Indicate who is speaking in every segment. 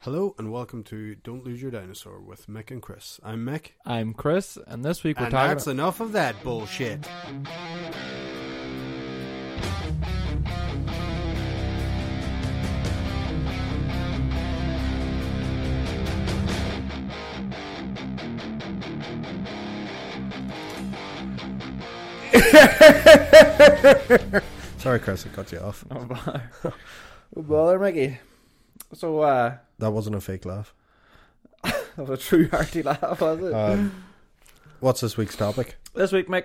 Speaker 1: Hello and welcome to Don't Lose Your Dinosaur with Mick and Chris. I'm Mick.
Speaker 2: I'm Chris, and this week we're
Speaker 1: and
Speaker 2: talking.
Speaker 1: that's enough of that bullshit. Sorry, Chris, I cut you off.
Speaker 2: Don't bother. Don't bother, Mickey. So, uh,
Speaker 1: That wasn't a fake laugh.
Speaker 2: that was a true hearty laugh, was it?
Speaker 1: Um, what's this week's topic?
Speaker 2: this week, Mick,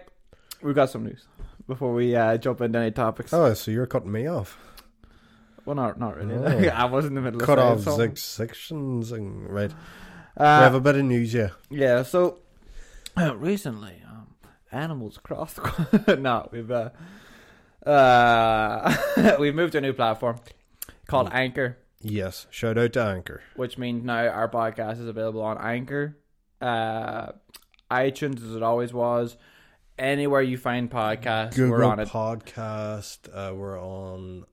Speaker 2: we've got some news before we uh, jump into any topics.
Speaker 1: Oh, so you're cutting me off.
Speaker 2: Well, not not really.
Speaker 1: No.
Speaker 2: I was in the middle
Speaker 1: Oh. Cut
Speaker 2: of
Speaker 1: off
Speaker 2: saying something.
Speaker 1: six sections and right. we have
Speaker 2: Uh,
Speaker 1: a bit of news, yeah.
Speaker 2: yeah. So uh, recently, um, animals cross. no, we've uh, uh, we've moved to a new platform called
Speaker 1: Mm.
Speaker 2: Anchor.
Speaker 1: Yes. Shout out to Anchor.
Speaker 2: which means now our podcast is available on Anchor, uh, iTunes as it always was, anywhere you find podcasts, we're
Speaker 1: Google
Speaker 2: on it.
Speaker 1: Podcast. Uh, we're on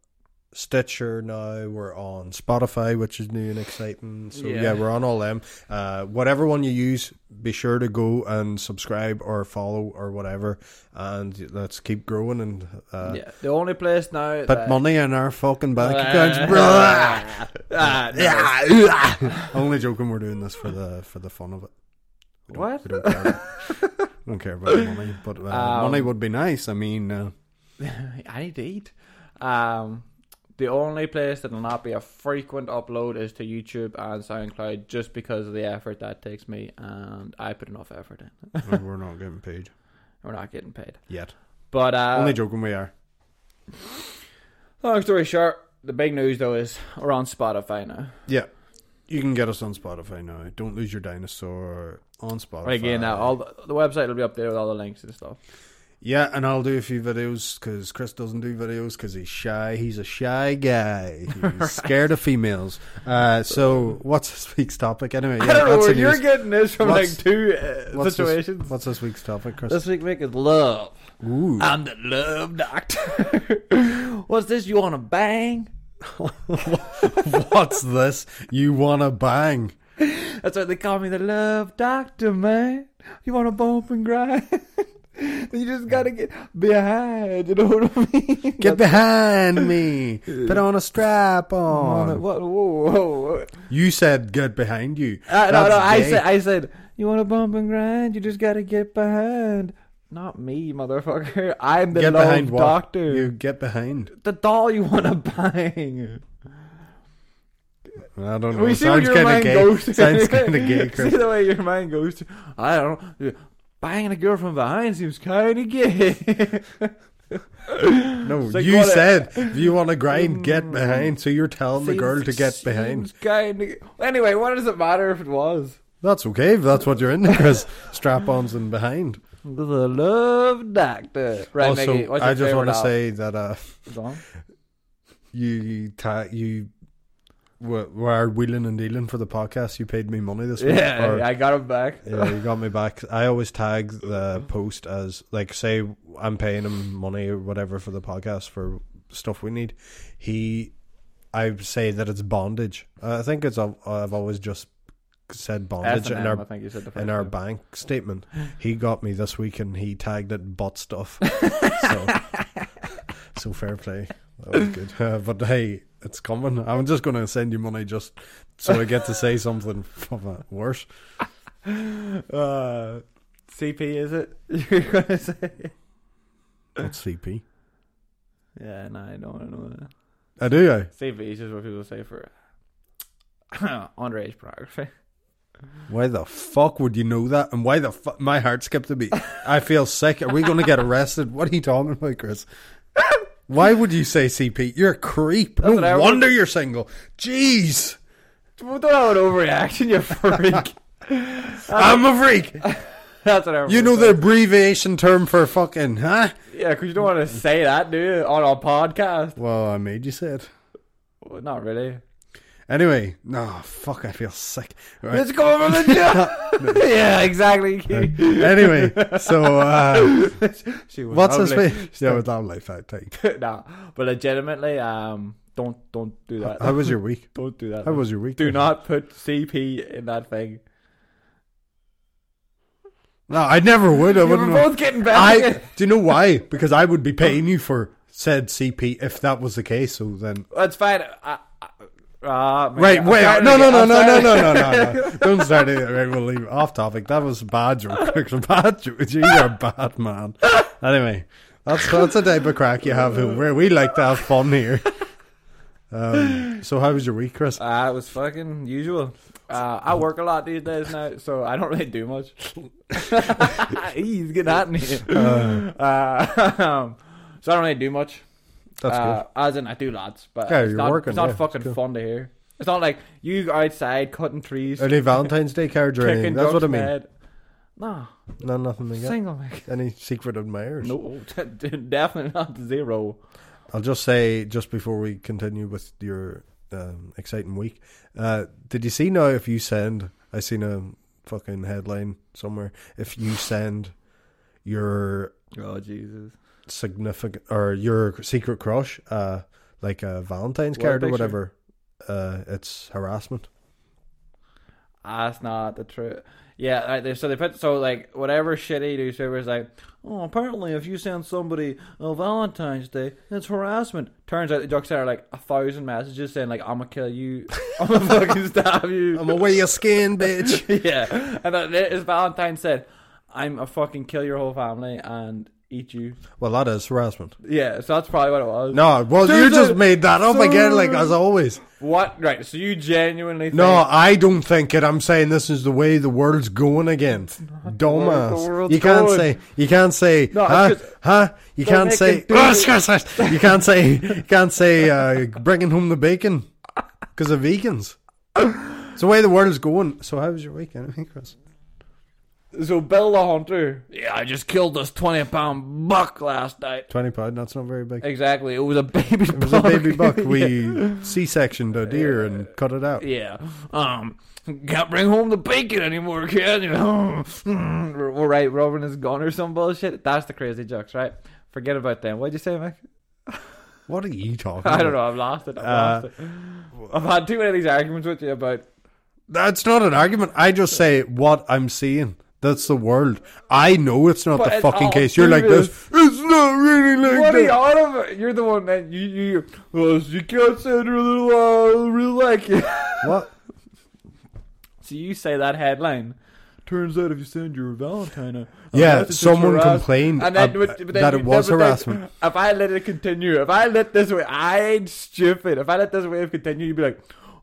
Speaker 1: Stitcher now. We're on Spotify, which is new and exciting. So yeah,
Speaker 2: Yeah.
Speaker 1: we're on all them. Uh, whatever one you use, be sure to go and subscribe or follow or whatever, and let's keep growing and uh,
Speaker 2: yeah, Uh, the only place now.
Speaker 1: put
Speaker 2: that-
Speaker 1: money in our fucking bank accounts, bruh.
Speaker 2: Ah, ah, no.
Speaker 1: Yeah. Only joking. We're doing this for the for the fun of it. We don't-
Speaker 2: What?
Speaker 1: We don't care about, we don't care about the money, but uh,
Speaker 2: Um,
Speaker 1: money would be nice. I mean, uh,
Speaker 2: I need to eat. Um, the only place that will not be a frequent upload is to YouTube and SoundCloud, just because of the effort that takes me, and I put enough effort in.
Speaker 1: we're not getting paid
Speaker 2: We're not getting paid,
Speaker 1: yet.
Speaker 2: but uh,
Speaker 1: Only joking. We are.
Speaker 2: long story short, the big news though is we're on Spotify now.
Speaker 1: Yeah, you can get us on Spotify now. Don't lose your dinosaur on Spotify
Speaker 2: Again, uh, all the, the website will be up there with all the links and stuff.
Speaker 1: Yeah, and I'll do a few videos because Chris doesn't do videos because he's shy. He's a shy guy. He's scared of females. Uh, so, what's this week's topic anyway?
Speaker 2: I don't know
Speaker 1: that's
Speaker 2: where
Speaker 1: the
Speaker 2: you're
Speaker 1: news.
Speaker 2: getting this from,
Speaker 1: What's-
Speaker 2: like two uh,
Speaker 1: what's this-
Speaker 2: situations.
Speaker 1: What's this week's topic, Chris?
Speaker 2: This week, Mick is love.
Speaker 1: Ooh.
Speaker 2: I'm the love doctor. What's this? You want to bang?
Speaker 1: What's this? You wanna bang?
Speaker 2: That's why they call me the love doctor, man. You want to bump and grind? you just gotta get behind. You know what I mean?
Speaker 1: Get behind me. Put on a strap on.
Speaker 2: What? Whoa, whoa, whoa.
Speaker 1: You said get behind you.
Speaker 2: Uh, no,
Speaker 1: That's
Speaker 2: no, I
Speaker 1: gay.
Speaker 2: said, I said, you want to bump and grind? You just gotta get behind. Not me, motherfucker. I'm the
Speaker 1: get
Speaker 2: love
Speaker 1: behind what?
Speaker 2: doctor.
Speaker 1: You get behind.
Speaker 2: The doll you want to bang.
Speaker 1: I don't know.
Speaker 2: We see
Speaker 1: Sounds
Speaker 2: where your
Speaker 1: kind of
Speaker 2: mind
Speaker 1: gay.
Speaker 2: goes.
Speaker 1: Sounds kind of gay, Chris.
Speaker 2: See the way your mind goes. To, I don't know. Banging a girl from behind seems kind of gay.
Speaker 1: No,
Speaker 2: like
Speaker 1: you
Speaker 2: what a- Mm.
Speaker 1: said if you want to grind, get behind. So you're telling the
Speaker 2: Seems-
Speaker 1: girl to get behind.
Speaker 2: seems Kinda, anyway, what does it matter if it was?
Speaker 1: That's okay if that's what you're into, Chris. Strap-ons and behind.
Speaker 2: The love doctor. Right,
Speaker 1: also,
Speaker 2: Mickey, what's your
Speaker 1: I just
Speaker 2: want to
Speaker 1: say that uh,
Speaker 2: Song?
Speaker 1: you ta- you were, were wheeling and dealing for the podcast. You paid me money this week.
Speaker 2: Yeah,
Speaker 1: or-
Speaker 2: I got him back.
Speaker 1: Yeah, you got me back. I always tag the
Speaker 2: Mm-hmm.
Speaker 1: post as like, say I'm paying him money or whatever for the podcast for stuff we need. He, I say that it's bondage. Uh, I think it's I've I've always just said bondage
Speaker 2: S&M,
Speaker 1: in
Speaker 2: I
Speaker 1: our
Speaker 2: think you said the first
Speaker 1: in our
Speaker 2: one.
Speaker 1: bank statement. He got me this week and he tagged it butt stuff. so, so fair play. That was good. Uh, but hey, it's coming. I'm just going to send you money just so I get to say something fucking worse.
Speaker 2: Uh, CP, is it? You're gonna say?
Speaker 1: What's CP?
Speaker 2: Yeah, no, I don't know. that.
Speaker 1: I do. I.
Speaker 2: CP is just what people say for underage pornography.
Speaker 1: Why the fuck would you know that? And why the fuck? My heart skipped a beat. I feel sick. Are we going to get arrested? What are you talking about, Chris? Why would you say CP? You're a creep.
Speaker 2: what I
Speaker 1: no
Speaker 2: would-
Speaker 1: wonder you're single. Jeez,
Speaker 2: Don't have an overreaction, you freak.
Speaker 1: I'm a freak.
Speaker 2: That's what I
Speaker 1: You know the abbreviation term for fucking, huh?
Speaker 2: Yeah, because you don't want to say that, do you? On a podcast?
Speaker 1: Well, I made you say it.
Speaker 2: Well, not really.
Speaker 1: Anyway, no, fuck, I feel sick. Right.
Speaker 2: It's coming from the job. yeah, exactly.
Speaker 1: anyway, so uh,
Speaker 2: she was
Speaker 1: what's this
Speaker 2: lovely.
Speaker 1: way? Yeah, with that life, I think.
Speaker 2: no, but legitimately, um, Don't don't do that.
Speaker 1: How was your week?
Speaker 2: don't do that.
Speaker 1: How was your week?
Speaker 2: do
Speaker 1: Nathan?
Speaker 2: not put CP in that thing.
Speaker 1: No, I never would. I
Speaker 2: we were
Speaker 1: wouldn't.
Speaker 2: both getting better.
Speaker 1: I do you know why? Because I would be paying you for said CP if that was the case. So then,
Speaker 2: That's fine. I, I, ah, my
Speaker 1: right?
Speaker 2: God.
Speaker 1: Wait,
Speaker 2: I'm
Speaker 1: no,
Speaker 2: sorry.
Speaker 1: no, no,
Speaker 2: I'm
Speaker 1: no, no,
Speaker 2: sorry.
Speaker 1: no, no, no, no. Don't start it. Right, we'll leave it off topic. That was a bad joke. It was a bad joke. You are a bad man. Anyway, that's that's a type of crack you have where we like to have fun here. Um, so, how was your week, Chris?
Speaker 2: Ah, it was fucking usual. Uh, I work a lot these days now, so I don't really do much. He's getting at me.
Speaker 1: Uh,
Speaker 2: Uh, um, so I don't really do much.
Speaker 1: that's
Speaker 2: uh,
Speaker 1: good.
Speaker 2: As in, I do lots, but
Speaker 1: Yeah,
Speaker 2: it's
Speaker 1: you're
Speaker 2: not,
Speaker 1: working,
Speaker 2: it's not
Speaker 1: yeah,
Speaker 2: fucking
Speaker 1: it's cool.
Speaker 2: fun to hear. It's not like you outside cutting trees,
Speaker 1: Any Valentine's Day cards or anything?
Speaker 2: kicking
Speaker 1: That's
Speaker 2: drugs
Speaker 1: what I
Speaker 2: in the
Speaker 1: mean.
Speaker 2: head. No,
Speaker 1: No, nothing like that.
Speaker 2: single man.
Speaker 1: Any secret admirers?
Speaker 2: No, definitely not zero.
Speaker 1: I'll just say just before we continue with your um, exciting week, uh, did you see now if you send? I seen a fucking headline somewhere. If you send your
Speaker 2: Oh Jesus!
Speaker 1: significant or your secret crush, uh, like a Valentine's
Speaker 2: What
Speaker 1: card or
Speaker 2: picture?
Speaker 1: whatever, uh, it's harassment.
Speaker 2: Ah, That's not the truth. Yeah, like they, so they put so like whatever shitty newspaper is like. Oh, apparently if you send somebody a Valentine's Day, it's harassment. Turns out the jokes are like a thousand messages saying like I'm gonna kill you, I'm gonna fucking stab you.
Speaker 1: I'm away your skin, bitch.
Speaker 2: yeah, and then as Valentine said, I'm a fucking kill your whole family and eat you.
Speaker 1: Well, that is harassment.
Speaker 2: Yeah, so that's probably what it was.
Speaker 1: No, well, you
Speaker 2: There's
Speaker 1: just
Speaker 2: a-
Speaker 1: made that up again, like
Speaker 2: Sorry.
Speaker 1: as always.
Speaker 2: What? Right. So you genuinely
Speaker 1: No,
Speaker 2: think-
Speaker 1: I don't think it. I'm saying this is the way the world's going again.
Speaker 2: way the
Speaker 1: Dumbass.
Speaker 2: world's
Speaker 1: You can't
Speaker 2: going.
Speaker 1: say. You can't say.
Speaker 2: No,
Speaker 1: huh?
Speaker 2: it's just-
Speaker 1: Huh? You
Speaker 2: Don't
Speaker 1: can't
Speaker 2: make
Speaker 1: say.
Speaker 2: it do
Speaker 1: you. can't say. You can't say. Uh, bringing home the bacon because of vegans. It's the way the world's going. So how was your week anyway, Chris?
Speaker 2: So Bill the Hunter. Yeah, I just killed this twenty pound buck last night.
Speaker 1: Twenty pound. That's not very big.
Speaker 2: Exactly. It was a baby.
Speaker 1: It was a baby buck. We C-sectioned a deer and cut it out.
Speaker 2: yeah. Um. Can't bring home the bacon anymore, can you? we're, we're right. Robin is gone or some bullshit. That's the crazy jokes, right? Forget about them. What'd you say, Mick?
Speaker 1: What are you talking?
Speaker 2: I don't
Speaker 1: about?
Speaker 2: know. I've lost it. I've
Speaker 1: Uh,
Speaker 2: lost it. I've had too many of these arguments with you about.
Speaker 1: That's not an argument. I just say what I'm seeing. That's the world. I know it's not
Speaker 2: But
Speaker 1: the
Speaker 2: it's
Speaker 1: fucking
Speaker 2: all
Speaker 1: case. You're like this. It's not really like
Speaker 2: What are you
Speaker 1: that.
Speaker 2: on about? You're the one that you you well, you can't say I really, uh, really like you.
Speaker 1: What?
Speaker 2: So you say that headline. Turns out if you send your Valentine, a a
Speaker 1: Yeah,
Speaker 2: message, it's
Speaker 1: someone
Speaker 2: harass-
Speaker 1: complained
Speaker 2: and then,
Speaker 1: ab-
Speaker 2: but- but then
Speaker 1: that
Speaker 2: you-
Speaker 1: it was
Speaker 2: but then-
Speaker 1: harassment.
Speaker 2: If I let it continue, if I let this way, I ain't stupid. If I let this wave continue, you'd be like,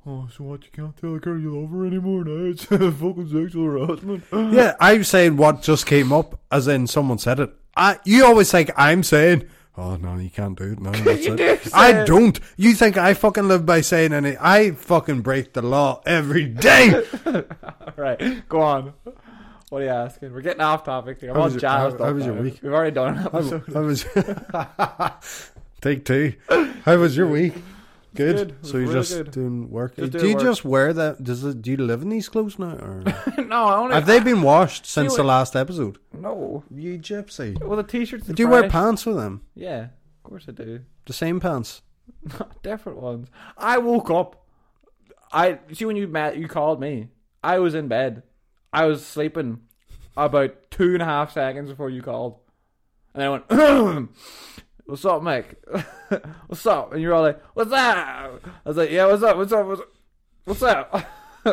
Speaker 2: "Oh, so what? You can't tell a girl you love her anymore now? It's fucking sexual harassment."
Speaker 1: Yeah, I'm saying what just came up, as in someone said it. I, you always think I'm saying, oh no, you can't do it. No, that's
Speaker 2: You
Speaker 1: it.
Speaker 2: do say
Speaker 1: I
Speaker 2: it.
Speaker 1: don't. You think I fucking live by saying any? I fucking break the law every day.
Speaker 2: All right, go on. What are you asking? We're getting off topic. here. I'm
Speaker 1: How
Speaker 2: all
Speaker 1: was your-
Speaker 2: jazzed
Speaker 1: how- how
Speaker 2: up
Speaker 1: was your
Speaker 2: now.
Speaker 1: week?
Speaker 2: We've already done an
Speaker 1: I,
Speaker 2: episode.
Speaker 1: I was take two. How was your week? Good.
Speaker 2: good. It was
Speaker 1: So you're
Speaker 2: really
Speaker 1: just
Speaker 2: good.
Speaker 1: doing work.
Speaker 2: Just
Speaker 1: do
Speaker 2: doing
Speaker 1: you
Speaker 2: work.
Speaker 1: just wear that? Does it, do you live in these clothes now? Or?
Speaker 2: no, I only
Speaker 1: Have they been washed since
Speaker 2: you-
Speaker 1: the last episode?
Speaker 2: no.
Speaker 1: You gypsy.
Speaker 2: Well, the t-shirts. and
Speaker 1: Do you wear
Speaker 2: fresh.
Speaker 1: pants with them?
Speaker 2: Yeah, of course I do.
Speaker 1: The same pants.
Speaker 2: different ones. I woke up. I see when you met, you called me. I was in bed. I was sleeping about two and a half seconds before you called, and I went, "What's up, Mick? what's up?" And you're all like, "What's up?" I was like, "Yeah, what's up? What's up? What's up?" What's up?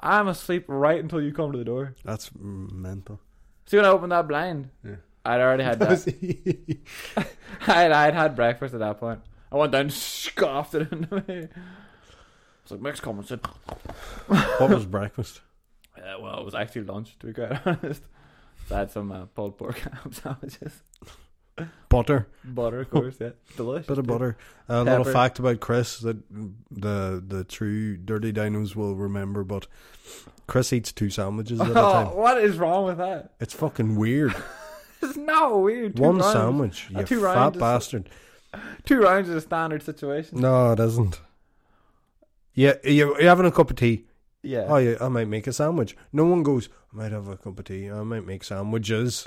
Speaker 2: I'm asleep right until you come to the door.
Speaker 1: That's mm, mental.
Speaker 2: See when I opened that blind,
Speaker 1: Yeah.
Speaker 2: I'd already had that. I'd, I'd had breakfast at that point. I went down, and scoffed it into me. I was like, Mick's coming. Said,
Speaker 1: what was breakfast?
Speaker 2: yeah, well, it was actually lunch, to be quite honest. So I had some uh, pulled pork ham sandwiches.
Speaker 1: Butter.
Speaker 2: Butter, of course, yeah. Delicious.
Speaker 1: Bit of
Speaker 2: dude.
Speaker 1: butter. A little
Speaker 2: Pepper.
Speaker 1: fact about Chris that the the true dirty dinos will remember, but Chris eats two sandwiches at a
Speaker 2: Oh,
Speaker 1: time.
Speaker 2: what is wrong with that?
Speaker 1: It's fucking weird.
Speaker 2: It's not weird. Two
Speaker 1: One
Speaker 2: rounds,
Speaker 1: sandwich,
Speaker 2: Uh,
Speaker 1: you
Speaker 2: two
Speaker 1: fat
Speaker 2: rounds is-
Speaker 1: bastard.
Speaker 2: Two rounds is a standard situation.
Speaker 1: No, it isn't. Yeah, you're, you're having a cup of tea.
Speaker 2: Yeah.
Speaker 1: Oh, yeah, I might make a sandwich. No one goes, I might have a cup of tea. I might make sandwiches.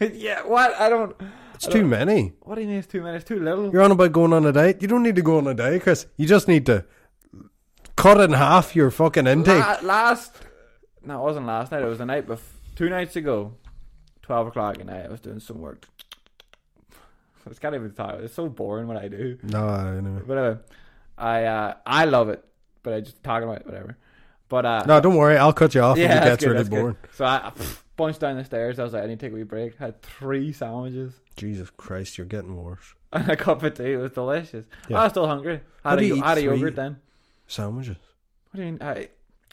Speaker 2: yeah, what? I don't.
Speaker 1: It's too many.
Speaker 2: What do you mean it's too many? It's too little.
Speaker 1: You're on about going on a date. You don't need to go on a date, Chris. You just need to cut in half your fucking intake.
Speaker 2: La- last, no, it wasn't last night. It was the night before, two nights ago, twelve o'clock at night. I was doing some work. I just can't even talk. It's so boring what I do.
Speaker 1: No, anyway.
Speaker 2: But anyway, I uh, I love it, but I just talking about it, whatever. But uh,
Speaker 1: No, don't worry. I'll cut you off if it
Speaker 2: that's
Speaker 1: gets
Speaker 2: good,
Speaker 1: really
Speaker 2: that's good.
Speaker 1: boring.
Speaker 2: So I, I pff, bunched down the stairs. I was like, I need to take a wee break. had three sandwiches
Speaker 1: Jesus Christ, you're getting worse.
Speaker 2: and a cup of tea. It was delicious.
Speaker 1: Yeah.
Speaker 2: I was still hungry.
Speaker 1: How
Speaker 2: Had,
Speaker 1: do
Speaker 2: a,
Speaker 1: you
Speaker 2: yo-
Speaker 1: eat
Speaker 2: had a
Speaker 1: three?
Speaker 2: yogurt then.
Speaker 1: Sandwiches.
Speaker 2: What do you mean? I,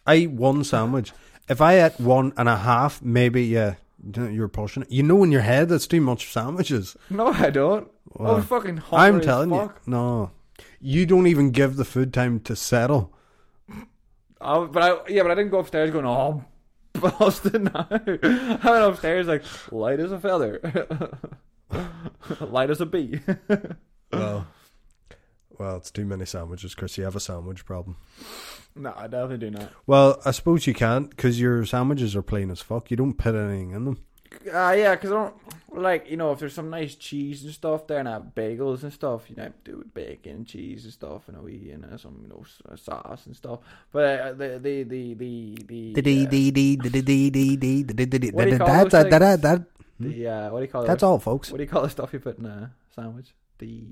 Speaker 1: I eat one sandwich. If I ate one and a half, maybe yeah, you're pushing it. You know in your head that's too much sandwiches.
Speaker 2: no, I don't. I
Speaker 1: Well,
Speaker 2: was fucking hungry.
Speaker 1: I'm telling
Speaker 2: as fuck.
Speaker 1: you, no, you don't even give the food time to settle.
Speaker 2: I, was- but I yeah, but I didn't go upstairs going, oh, I'm busted now. I went upstairs like light as a feather, light as a bee.
Speaker 1: Well, well, it's too many sandwiches, Chris. You have a sandwich problem.
Speaker 2: no, I definitely do not.
Speaker 1: Well, I suppose you can't because your sandwiches are plain as fuck. You don't put anything in them.
Speaker 2: Uh, yeah, because I don't like you know if there's some nice cheese and stuff there, and I have bagels and stuff, you know, I do with bacon, cheese and stuff, and a wee you know some you know s- uh, sauce and stuff. But uh, the the the the the uh, What do you call those
Speaker 1: That-
Speaker 2: the uh, what do you call
Speaker 1: That's
Speaker 2: it?
Speaker 1: all, folks.
Speaker 2: What do you call the stuff you put in a sandwich? The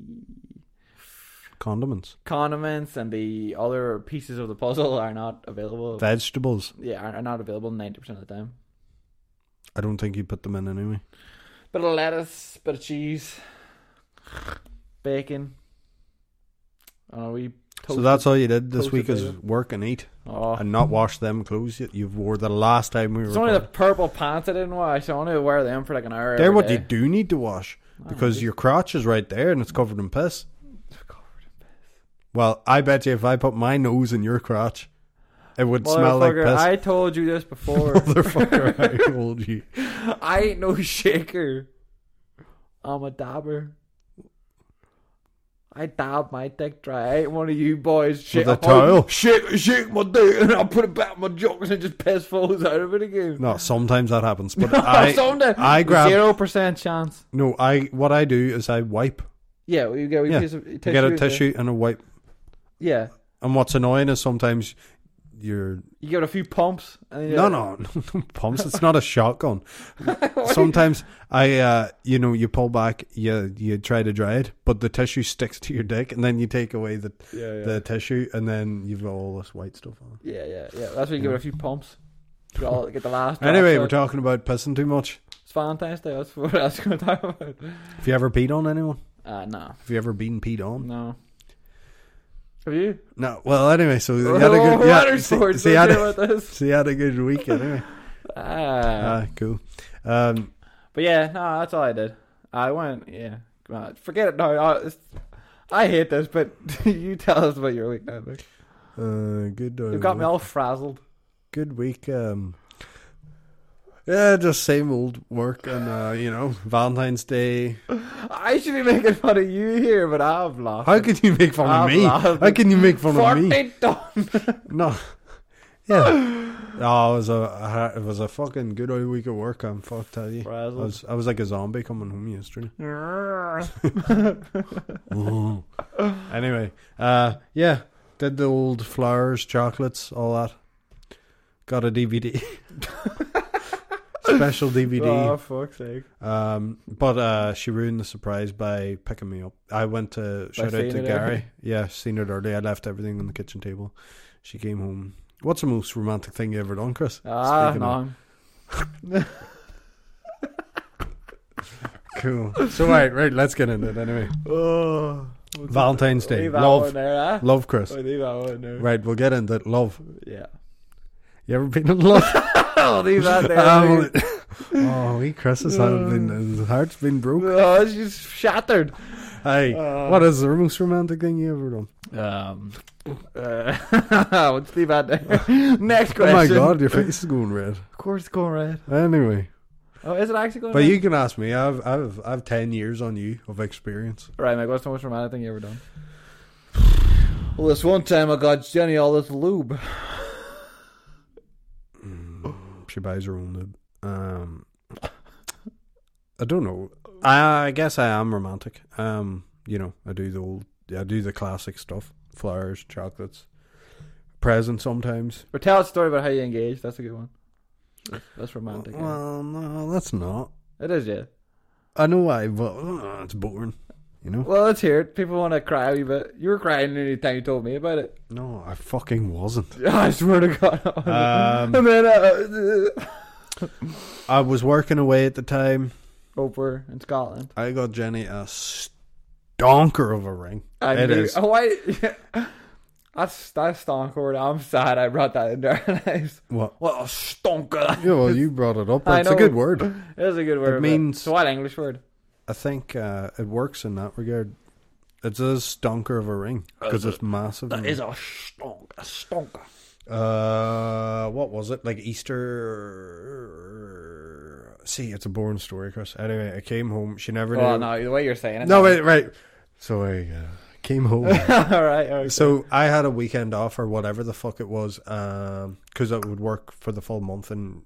Speaker 1: Condiments,
Speaker 2: condiments and the other pieces of the puzzle are not available.
Speaker 1: vegetables.
Speaker 2: yeah, are, are not available ninety percent of the time.
Speaker 1: I don't think you put them in anyway.
Speaker 2: Bit of lettuce, bit of cheese, bacon. On a wee toast.
Speaker 1: So that's all you did this
Speaker 2: toasted
Speaker 1: week is
Speaker 2: bagel.
Speaker 1: work and eat
Speaker 2: oh.
Speaker 1: and not wash them clothes yet. You've wore the last time we were.
Speaker 2: It's only the purple pants I didn't wash. I only wear them for like an hour.
Speaker 1: They're
Speaker 2: every
Speaker 1: what
Speaker 2: day.
Speaker 1: you do need to wash
Speaker 2: Oh,
Speaker 1: because
Speaker 2: this-
Speaker 1: your crotch is right there and it's covered in piss.
Speaker 2: covered in piss.
Speaker 1: Well, I bet you if I put my nose in your crotch, it would smell like
Speaker 2: Motherfucker,
Speaker 1: piss.
Speaker 2: I told you this before.
Speaker 1: Motherfucker, I told you.
Speaker 2: I ain't no shaker. I'm a dabber. I dab my dick dry. I ain't one of you boys. Shake
Speaker 1: a
Speaker 2: hard-
Speaker 1: towel?
Speaker 2: Shake, shake my dick, and I put it back in my jocks and just piss falls out of it again.
Speaker 1: No, sometimes that happens, but I,
Speaker 2: Someday.
Speaker 1: I grab
Speaker 2: zero percent chance.
Speaker 1: no. I what I do is I wipe.
Speaker 2: Yeah, well, you get a wee
Speaker 1: Yeah,
Speaker 2: piece of tissue.
Speaker 1: I get a
Speaker 2: in there.
Speaker 1: tissue and a wipe.
Speaker 2: Yeah,
Speaker 1: And what's annoying is sometimes you're
Speaker 2: you get a few pumps. And then you-
Speaker 1: No, no, no, no pumps. It's not a shotgun. Sometimes I, uh, you know, you pull back, you you try to dry it, but the tissue sticks to your dick, and then you take away the
Speaker 2: Yeah, yeah.
Speaker 1: the tissue, and then you've got all this white stuff on.
Speaker 2: Yeah, yeah, yeah. That's where you give it a few pumps. Get, all, get the last.
Speaker 1: Anyway,
Speaker 2: drop
Speaker 1: we're
Speaker 2: out.
Speaker 1: talking about pissing too much.
Speaker 2: It's Valentine's Day. That's what I was going to talk about.
Speaker 1: Have you ever peed on anyone?
Speaker 2: Uh, no,
Speaker 1: Have you ever been peed on?
Speaker 2: no. Have you?
Speaker 1: No. Well, anyway, so you had a
Speaker 2: Oh,
Speaker 1: good yeah.
Speaker 2: water
Speaker 1: See,
Speaker 2: sports,
Speaker 1: see, you
Speaker 2: don't
Speaker 1: had
Speaker 2: care
Speaker 1: a,
Speaker 2: about this.
Speaker 1: see, you had a good week anyway.
Speaker 2: Ah.
Speaker 1: Ah, cool. Um,
Speaker 2: but yeah, no, that's all I did. I went. Yeah, Come on, forget it. No, I, it's- I hate this. But you tell us about your week now. Nick.
Speaker 1: uh, good.
Speaker 2: You've got me all frazzled.
Speaker 1: good week. Um, yeah, just same old work and uh, you know Valentine's Day.
Speaker 2: I should be making fun of you here, but I've lost.
Speaker 1: How can you make fun of
Speaker 2: I'm
Speaker 1: me?
Speaker 2: laughing.
Speaker 1: How can you make fun of me?
Speaker 2: Forty done.
Speaker 1: No, yeah. Oh, it was a it was a fucking good old week of work. I'm fucked. Tell you, I
Speaker 2: Frazzled. Ah.
Speaker 1: was I was like a zombie coming home yesterday. anyway, uh, yeah, did the old flowers, chocolates, all that. Got a DVD, special DVD.
Speaker 2: Oh fuck's sake!
Speaker 1: Um, but uh, she ruined the surprise by picking me up. I went to shout out
Speaker 2: seeing
Speaker 1: to
Speaker 2: it
Speaker 1: Gary.
Speaker 2: early.
Speaker 1: Yeah, seen it early. I left everything on the kitchen table. She came home. What's the most romantic thing you ever done, Chris?
Speaker 2: Ah,
Speaker 1: Speaking of-
Speaker 2: no.
Speaker 1: cool. So right, right. Let's get into it anyway.
Speaker 2: Oh,
Speaker 1: Valentine's Day,
Speaker 2: leave that one
Speaker 1: love,
Speaker 2: there, huh?
Speaker 1: love, Chris.
Speaker 2: Oh, leave that one there.
Speaker 1: Right, we'll get into it. Love.
Speaker 2: Yeah.
Speaker 1: You ever been in love?
Speaker 2: I'll leave that there.
Speaker 1: Um, oh, we Chris has had been his heart's been broke.
Speaker 2: oh, she's shattered.
Speaker 1: Hey,
Speaker 2: Uh.
Speaker 1: what is the most romantic thing you ever done?
Speaker 2: Um, uh, let's leave that there. Next
Speaker 1: Oh
Speaker 2: question.
Speaker 1: my God, your face is going red.
Speaker 2: Of course, it's going red.
Speaker 1: Anyway.
Speaker 2: Oh, is it actually going
Speaker 1: But
Speaker 2: red?
Speaker 1: you can ask me. I've I've I've ten years on you of experience.
Speaker 2: Right, Mike, what's the most romantic thing you ever done? Well, this one time I got Jenny all this lube.
Speaker 1: She buys her own lube. Um, I don't know. I, I guess I am romantic. Um, you know, I do the old, I do the classic stuff: flowers, chocolates, presents sometimes.
Speaker 2: Or tell a story about how you engaged. That's a good one. That's, that's romantic. yeah.
Speaker 1: Well, no, that's not.
Speaker 2: It is, yeah.
Speaker 1: I know why, but uh, it's boring. You know?
Speaker 2: Well, let's hear it. People want to cry a wee bit. You were crying any time you told me about it.
Speaker 1: No, I fucking wasn't.
Speaker 2: I swear to God.
Speaker 1: Um,
Speaker 2: and then uh,
Speaker 1: I was working away at the time.
Speaker 2: over in Scotland.
Speaker 1: I got Jenny a stonker of a ring.
Speaker 2: I
Speaker 1: It
Speaker 2: knew-
Speaker 1: is.
Speaker 2: Oh, I, that's that's stonker. I'm sad. I brought that in there.
Speaker 1: What?
Speaker 2: what a stonker!
Speaker 1: Yeah, well, you brought it up.
Speaker 2: I
Speaker 1: That's a good
Speaker 2: know.
Speaker 1: word.
Speaker 2: It is a good word. but
Speaker 1: means-
Speaker 2: it's a wild English word.
Speaker 1: I think uh, it works in that regard. It's a stonker of a ring because it's massive.
Speaker 2: That
Speaker 1: and-
Speaker 2: is a stonk, a stonker.
Speaker 1: Uh, what was it? Like Easter. See, it's a boring story, Chris. Anyway, I came home. She never
Speaker 2: Well,
Speaker 1: knew.
Speaker 2: Oh, no, the way you're saying it.
Speaker 1: No, wait, right. So I uh, came home.
Speaker 2: all right, all right.
Speaker 1: so I had a weekend off or whatever the fuck it was, because I would work for the full month and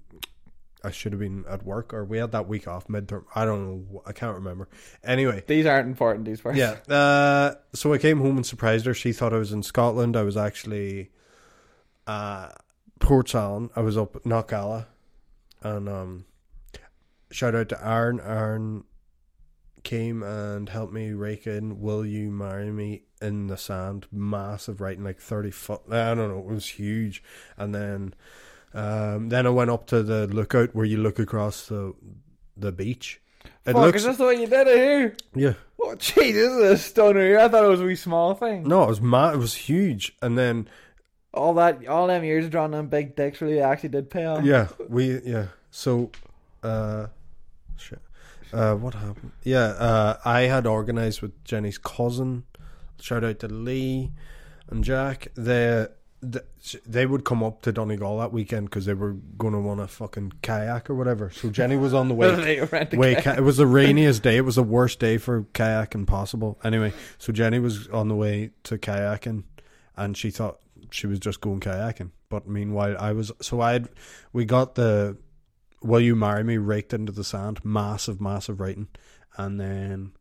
Speaker 1: I should have been at work or we had that week off midterm. I don't know. I can't remember. Anyway,
Speaker 2: These aren't important. These words.
Speaker 1: yeah. Uh, so I came home and surprised her. She thought I was in Scotland. I was actually uh, Port Salon. I was up at Knockalla. And um, shout out to Aaron. Aaron came and helped me rake in Will You Marry Me in the Sand. Massive writing, like 30 foot. I don't know. It was huge. And then. Um, then I went up to the lookout where you look across the the beach. It
Speaker 2: Fuck,
Speaker 1: looks
Speaker 2: is this the way you did it here?
Speaker 1: yeah.
Speaker 2: Oh, jeez, this is a stunner here. I thought it was a wee small thing.
Speaker 1: No, it was ma- It was huge, and then
Speaker 2: All that, all them years of drawing them big dicks really actually did pay off.
Speaker 1: yeah, we yeah. So, uh, shit. Uh, what happened? Yeah, uh, I had organized with Jenny's cousin. Shout out to Lee and Jack. They the, they would come up to Donegal that weekend because they were going to want a fucking kayak or whatever. So Jenny was on the way.
Speaker 2: They rent a
Speaker 1: Way
Speaker 2: car.
Speaker 1: ca- it was the rainiest day. It was the worst day for kayaking possible. Anyway, so Jenny was on the way to kayaking, and she thought she was just going kayaking. But meanwhile, I was so I had we got the "Will you marry me?" raked into the sand, massive, massive writing, and then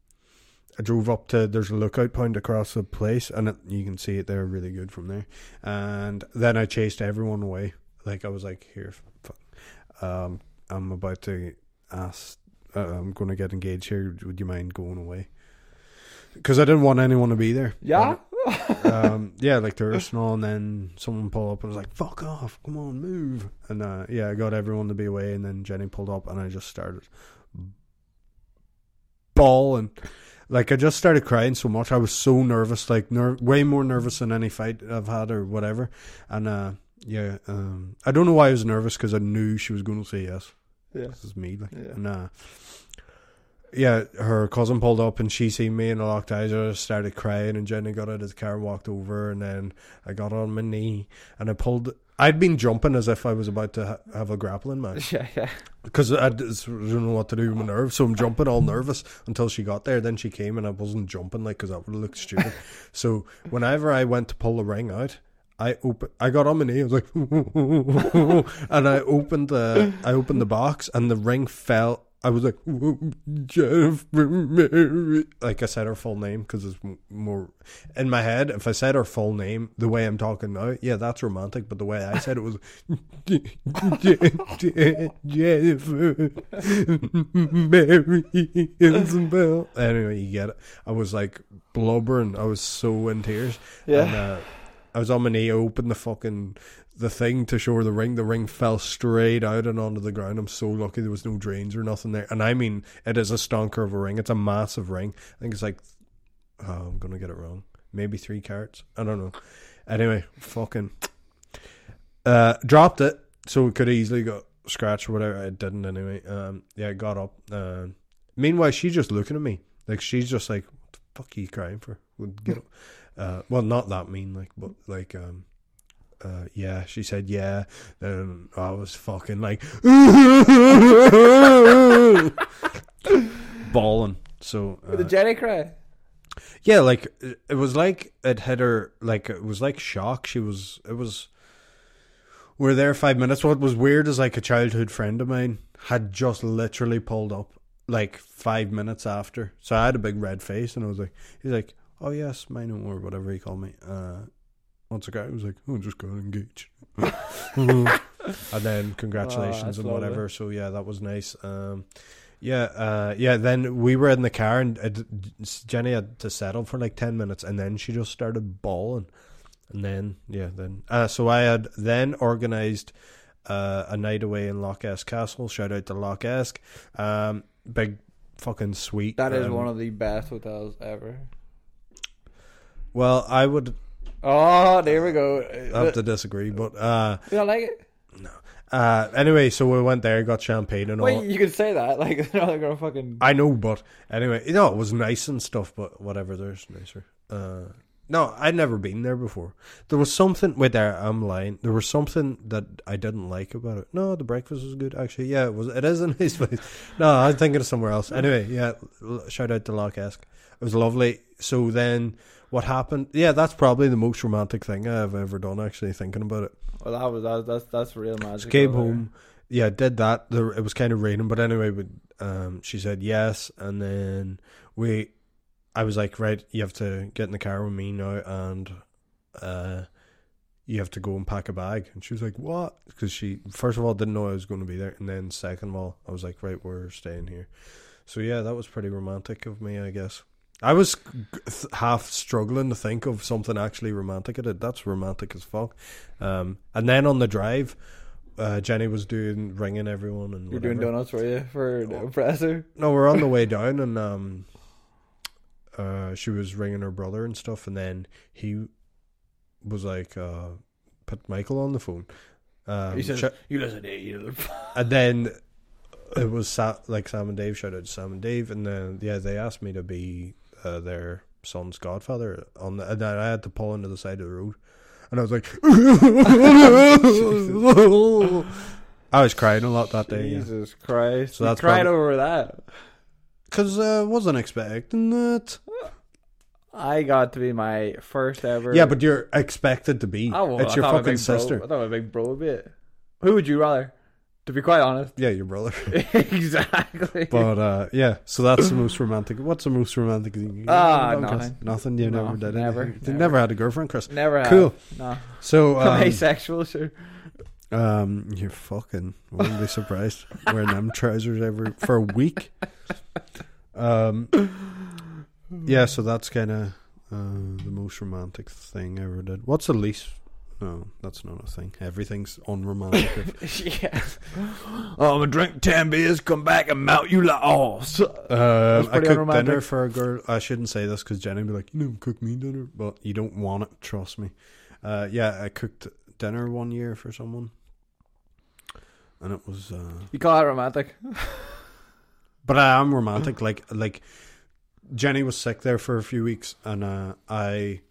Speaker 1: I drove up to there's a lookout point across the place, and it, you can see it there really good from there. And then I chased everyone away. Like I was like, here, f- f- um, I'm about to ask, uh, I'm going to get engaged here. Would you mind going away? Because I didn't want anyone to be there.
Speaker 2: Yeah.
Speaker 1: um, yeah, like tourists and all. And then someone pulled up and was like, "Fuck off! Come on, move!" And uh, yeah, I got everyone to be away. And then Jenny pulled up, and I just started bawling. Like I just started crying so much. I was so nervous, like ner- way more nervous than any fight I've had or whatever. And uh, yeah, um, I don't know why I was nervous because I knew she was going to say yes.
Speaker 2: Yeah.
Speaker 1: This is me, like,
Speaker 2: Yeah.
Speaker 1: and uh, yeah, her cousin pulled up and she seen me and I locked eyes. I just started crying, and Jenny got out of the car and walked over, and then I got on my knee and I pulled. I'd been jumping as if I was about to ha- have a grappling match
Speaker 2: Yeah, yeah.
Speaker 1: because I d- s- don't know what to do with my nerves, so I'm jumping all nervous until she got there. Then she came and I wasn't jumping like because that would look stupid. so whenever I went to pull the ring out, I open, I got on my knee. I was like, and I opened the, I opened the box, and the ring fell. I was like, Jeff, Mary. like I said her full name because it's m- more in my head. If I said her full name the way I'm talking now, yeah, that's romantic. But the way I said it was, Jennifer, Mary Isabel. Anyway, you get it. I was like blubbering. I was so in tears.
Speaker 2: Yeah.
Speaker 1: And, uh, I was on my knee. I opened the fucking the thing to show her the ring. The ring fell straight out and onto the ground. I'm so lucky there was no drains or nothing there. And I mean, it is a stonker of a ring. It's a massive ring. I think it's like oh, I'm gonna get it wrong. Maybe three carats. I don't know. Anyway, fucking uh, dropped it, so it could have easily got scratched or whatever. It didn't anyway. Um, yeah, it got up. Uh, meanwhile, she's just looking at me like she's just like, "What the fuck are you crying for?" Would get up. Uh, well, not that mean, like, but like, um, uh, yeah, she said, yeah. Then I was fucking like, bawling. So uh,
Speaker 2: the Jenny cry.
Speaker 1: yeah, like it it was like it hit her. Like it was like shock. She was. It was. We were there five minutes. What was weird is like a childhood friend of mine had just literally pulled up like five minutes after. So I had a big red face, and I was like, he's like, oh yes, my name or whatever he called me. Uh, once a guy was like, oh, just got engaged, and then congratulations
Speaker 2: Ah, that's
Speaker 1: and
Speaker 2: lovely.
Speaker 1: whatever. So yeah, that was nice. Um, yeah, uh, yeah. Then we were in the car, and uh, Jenny had to settle for like ten minutes, and then she just started bawling. And then, yeah, then. Uh, so I had then organized uh, a night away in Loch Esk Castle. Shout out to Loch Esk. Um, big fucking sweet.
Speaker 2: That is
Speaker 1: um,
Speaker 2: one of the best hotels ever.
Speaker 1: Well, I would
Speaker 2: Oh, there we go. Uh,
Speaker 1: have to disagree, but uh,
Speaker 2: you don't like it?
Speaker 1: uh, anyway, so we went there, got champagne and all.
Speaker 2: Wait, you can say that. Like, they're not gonna fucking.
Speaker 1: I know, but anyway, you know, it was nice and stuff, but whatever, there's nicer. Uh, no, I'd never been there before. There was something, wait there, I'm lying. There was something that I didn't like about it. No, the breakfast was good, actually. Yeah, it was. It is a nice place. No, I'm thinking of somewhere else. Anyway, yeah, l- shout out to Loch Esk. It was lovely. So then what happened? Yeah, that's probably the most romantic thing I've ever done, actually, thinking about it.
Speaker 2: Well, that was that, that's that's real magic.
Speaker 1: Just came
Speaker 2: over there.
Speaker 1: home. Yeah, did that. There, it was kind of raining, but anyway, we, um, she said yes, and then we, I was like, right, you have to get in the car with me now, and uh, you have to go and pack a bag. And she was like, what? Because she first of all didn't know I was going to be there, and then second of all, I was like, right, we're staying here. So yeah, that was pretty romantic of me, I guess. I was th- half struggling to think of something actually romantic. I did. That's romantic as fuck. Um, and then on the drive, uh, Jenny was doing ringing everyone and
Speaker 2: You're doing
Speaker 1: whatever.
Speaker 2: donuts, were you, for the oppressor?
Speaker 1: No, we're on the way down, and um, uh, she was ringing her brother and stuff, and then he was like, uh, put Michael on the phone. Um,
Speaker 2: he says,
Speaker 1: ch-
Speaker 2: "You listen to you."
Speaker 1: and then it was Sa- like Sam and Dave. Shout out to Sam and Dave. And then yeah, they asked me to be uh, their son's godfather. On the, and then I had to pull into the side of the road, and I was like, I was crying a lot that day
Speaker 2: Jesus Christ!
Speaker 1: So
Speaker 2: So
Speaker 1: that's
Speaker 2: cried
Speaker 1: probably-
Speaker 2: over that.
Speaker 1: because I uh, wasn't expecting that.
Speaker 2: I got to be my first ever.
Speaker 1: Yeah, but you're expected to be.
Speaker 2: Oh, well,
Speaker 1: it's
Speaker 2: I
Speaker 1: your
Speaker 2: thought my
Speaker 1: fucking
Speaker 2: big bro-
Speaker 1: sister.
Speaker 2: I thought my big bro would be it. Who would you rather? To be quite honest,
Speaker 1: Yeah, your brother.
Speaker 2: exactly.
Speaker 1: But uh, yeah, so that's the most romantic. What's the most romantic thing? you
Speaker 2: Ah,
Speaker 1: done, Chris?
Speaker 2: nothing.
Speaker 1: Nothing. You
Speaker 2: No,
Speaker 1: never did.
Speaker 2: never,
Speaker 1: anything? You
Speaker 2: never.
Speaker 1: never had a girlfriend, Chris.
Speaker 2: Never. have.
Speaker 1: Cool.
Speaker 2: No.
Speaker 1: So
Speaker 2: I'm
Speaker 1: um,
Speaker 2: asexual, sure.
Speaker 1: um, you're fucking. Wouldn't be surprised wearing them trousers every for a week. Um, yeah, so that's kind of uh, the most romantic thing I ever did. What's the least? No, that's not a thing. Everything's unromantic.
Speaker 2: yeah. I'm gonna drink ten beers, come back and mount you like ass.
Speaker 1: Um, I
Speaker 2: pretty
Speaker 1: cooked
Speaker 2: unromantic.
Speaker 1: dinner for a girl. I shouldn't say this because Jenny would be like, you know, cook me dinner, but you don't want it. Trust me. Uh, yeah, I cooked dinner one year for someone, and it was. Uh,
Speaker 2: You call it romantic?
Speaker 1: but I am romantic. Like like, Jenny was sick there for a few weeks, and uh, I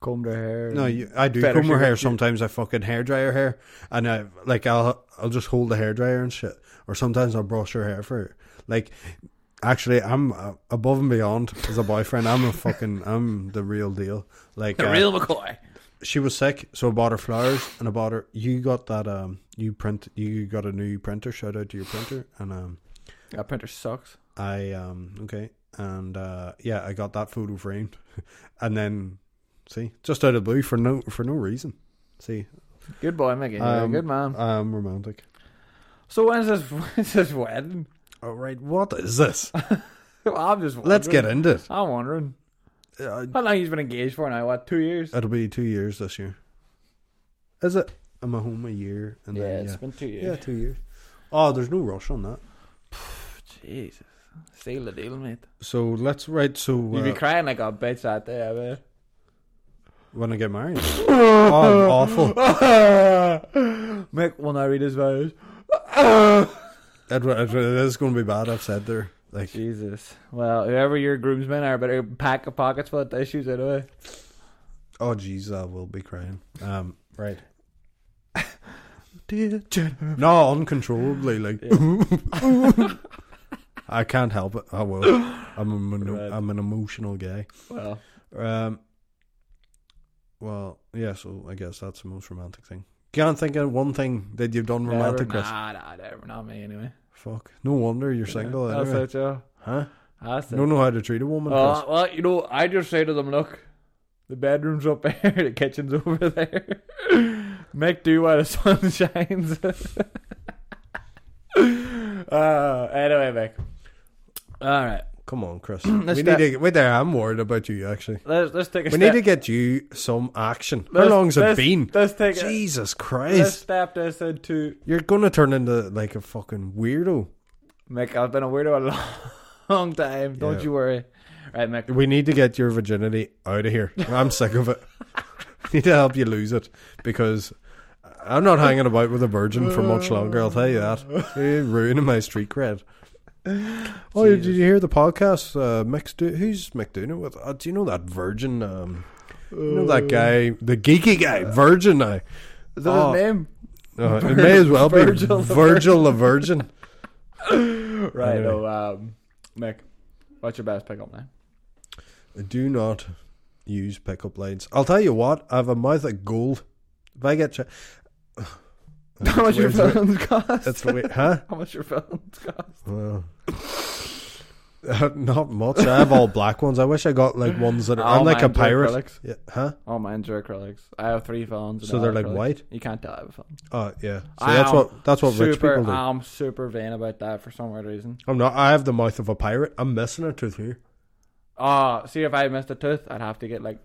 Speaker 2: Combed her hair.
Speaker 1: no, you, I do
Speaker 2: Better
Speaker 1: comb her
Speaker 2: sugar.
Speaker 1: hair sometimes. I fucking hair dry her hair, and I like I'll I'll just hold the hair dryer and shit, or sometimes I'll brush her hair for her. Like, actually, I'm uh, above and beyond as a boyfriend. I'm a fucking I'm the real deal. Like
Speaker 2: the
Speaker 1: uh,
Speaker 2: real McCoy.
Speaker 1: she was sick, so I bought her flowers and I bought her. You got that um you print you got a new printer. Shout out to your printer and um
Speaker 2: That printer sucks.
Speaker 1: I um okay, and uh yeah, I got that photo framed, and then see, just out of the blue for no for no reason. See,
Speaker 2: Good boy, Mickey. You're a
Speaker 1: Um,
Speaker 2: good man.
Speaker 1: I'm romantic.
Speaker 2: So when's this? When's this wedding?
Speaker 1: All right, what is this?
Speaker 2: I'm just.
Speaker 1: Let's get
Speaker 2: wondering.
Speaker 1: into it.
Speaker 2: I'm wondering.
Speaker 1: Uh,
Speaker 2: How long he's been engaged for now? What? Two years.
Speaker 1: it'll be two years this year. Is it? I'm a home a year, and
Speaker 2: yeah,
Speaker 1: then
Speaker 2: it's
Speaker 1: yeah,
Speaker 2: been two years.
Speaker 1: yeah, two years. Oh, there's no rush on that.
Speaker 2: Jesus. Steal the deal, mate.
Speaker 1: So let's right. So
Speaker 2: You'd be
Speaker 1: uh,
Speaker 2: crying like a bitch that day, I bet.
Speaker 1: when I get married, oh, awful.
Speaker 2: Mick will now read his vows.
Speaker 1: Edward, Edward, it is going to be bad. I've said there. Like
Speaker 2: Jesus. Well, whoever your groomsmen are, better pack a pockets full of tissues anyway.
Speaker 1: Oh, jeez, I will be crying. Um, right.
Speaker 2: Dear Jennifer.
Speaker 1: No, uncontrollably. Like, I can't help it. I will. I'm, a mono-
Speaker 2: Right.
Speaker 1: I'm an emotional guy.
Speaker 2: Well,
Speaker 1: Um, well, yeah. So I guess that's the most romantic thing. Can't think of one thing that you've done romantic,
Speaker 2: never,
Speaker 1: Chris.
Speaker 2: nah, nah, never. Not me anyway.
Speaker 1: Fuck. No wonder you're single.
Speaker 2: That's
Speaker 1: anyway.
Speaker 2: it, yeah.
Speaker 1: Huh?
Speaker 2: That's it.
Speaker 1: Don't know how to treat a woman.
Speaker 2: Uh,
Speaker 1: Chris.
Speaker 2: well, you know, I just say to them, look, the bedroom's up there, the kitchen's over there. Make do while the sun shines. uh, anyway, Mick. All right,
Speaker 1: Come on, Chris. we
Speaker 2: Let's
Speaker 1: need
Speaker 2: step-
Speaker 1: to. Wait there. I'm worried about you actually.
Speaker 2: let's let's take a
Speaker 1: We
Speaker 2: step.
Speaker 1: need to get you some action. How
Speaker 2: let's-
Speaker 1: long's it
Speaker 2: let's-
Speaker 1: been?
Speaker 2: Let's take a,
Speaker 1: Jesus
Speaker 2: let's
Speaker 1: Christ!
Speaker 2: step this into
Speaker 1: You're gonna turn into like a fucking weirdo.
Speaker 2: Mick. I've been a weirdo a long, long time. Don't
Speaker 1: Yeah.
Speaker 2: you worry. Right, Mick.
Speaker 1: We need to get your virginity out of here. I'm sick of it. We need to help you lose it because I'm not hanging about with a virgin for much longer. I'll tell you that. You're ruining my street cred. Oh, did
Speaker 2: Jesus.
Speaker 1: you hear the podcast? Uh, Mick's do- who's Mick doing it with? Uh, do you know that Virgin? Um, you know
Speaker 2: Uh,
Speaker 1: that guy, the geeky guy, Virgin now.
Speaker 2: Is that
Speaker 1: Oh.
Speaker 2: his name?
Speaker 1: Uh, it may as well be
Speaker 2: Virgil
Speaker 1: Virgil,
Speaker 2: the
Speaker 1: the Virgin.
Speaker 2: Right,
Speaker 1: Anyway.
Speaker 2: oh, um, Mick. What's your best pickup now?
Speaker 1: Do not use pickup lines. I'll tell you what. I have a mouth of gold. If I get, ch-
Speaker 2: How much your
Speaker 1: It's weird.
Speaker 2: phones cost?
Speaker 1: that's the way, huh?
Speaker 2: How much your phones cost?
Speaker 1: Well, not much. I have all black ones. I wish I got like ones that are. I'm
Speaker 2: All
Speaker 1: like a
Speaker 2: mine's are
Speaker 1: pirate.
Speaker 2: acrylics.
Speaker 1: Yeah, huh?
Speaker 2: All mine's are acrylics. I have three phones. and
Speaker 1: So
Speaker 2: all
Speaker 1: they're like
Speaker 2: acrylics.
Speaker 1: white.
Speaker 2: You can't tell I have a phone.
Speaker 1: Oh yeah. So
Speaker 2: I
Speaker 1: that's
Speaker 2: am
Speaker 1: what that's what rich
Speaker 2: super,
Speaker 1: people do.
Speaker 2: I'm super vain about that for some weird reason.
Speaker 1: I'm not. I have the mouth of a pirate. I'm missing a tooth here.
Speaker 2: Ah, see if I missed a tooth, I'd have to get like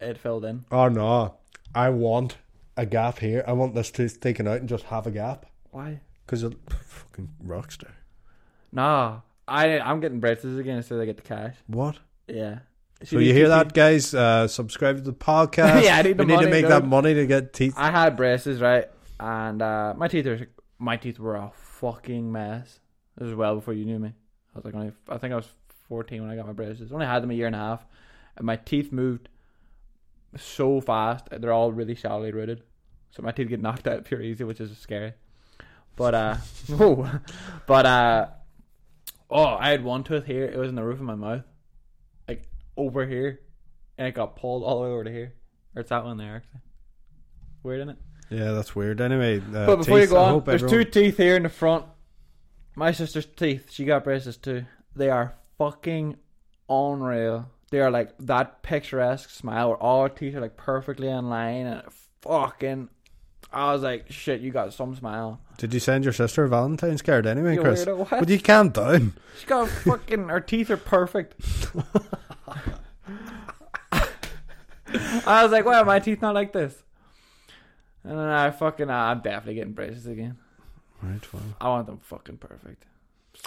Speaker 2: it filled in.
Speaker 1: Oh no! I want a gap here. I want this tooth taken out and just have a gap
Speaker 2: Why?
Speaker 1: because it fucking rockstar.
Speaker 2: Nah, I I'm getting braces again so they get the cash.
Speaker 1: What?
Speaker 2: Yeah. See,
Speaker 1: So you hear
Speaker 2: see-
Speaker 1: that, guys? Uh, subscribe to the podcast.
Speaker 2: Yeah, I need the
Speaker 1: we need to
Speaker 2: money,
Speaker 1: make
Speaker 2: dude.
Speaker 1: that money to get teeth.
Speaker 2: I had braces right, and uh, my teeth are my teeth were a fucking mess. This was well before you knew me. I was like only I think I was fourteen when I got my braces. Only had them a year and a half, and my teeth moved so fast. They're all really shallowly rooted, so my teeth get knocked out pure easy, which is scary. But uh, whoa, but uh, oh, I had one tooth here. It was in the roof of my mouth, like over here, and it got pulled all the way over to here. Or it's that one there actually. Weird, isn't it?
Speaker 1: Yeah, that's weird. Anyway, uh,
Speaker 2: But before
Speaker 1: teeth,
Speaker 2: you go
Speaker 1: I
Speaker 2: on,
Speaker 1: hope
Speaker 2: there's
Speaker 1: everyone-
Speaker 2: two teeth here in the front. My sister's teeth. She got braces too. They are fucking unreal. They are like that picturesque smile where all her teeth are like perfectly in line and fucking. I was like, shit, you got some smile.
Speaker 1: Did you send your sister a Valentine's card anyway,
Speaker 2: You
Speaker 1: Chris?
Speaker 2: weirdo, what?
Speaker 1: Would you calm down?
Speaker 2: She's got fucking. her teeth are perfect. I was like, why are my teeth not like this? And then I fucking. uh, I'm definitely getting braces again.
Speaker 1: Right, well.
Speaker 2: I want them fucking perfect.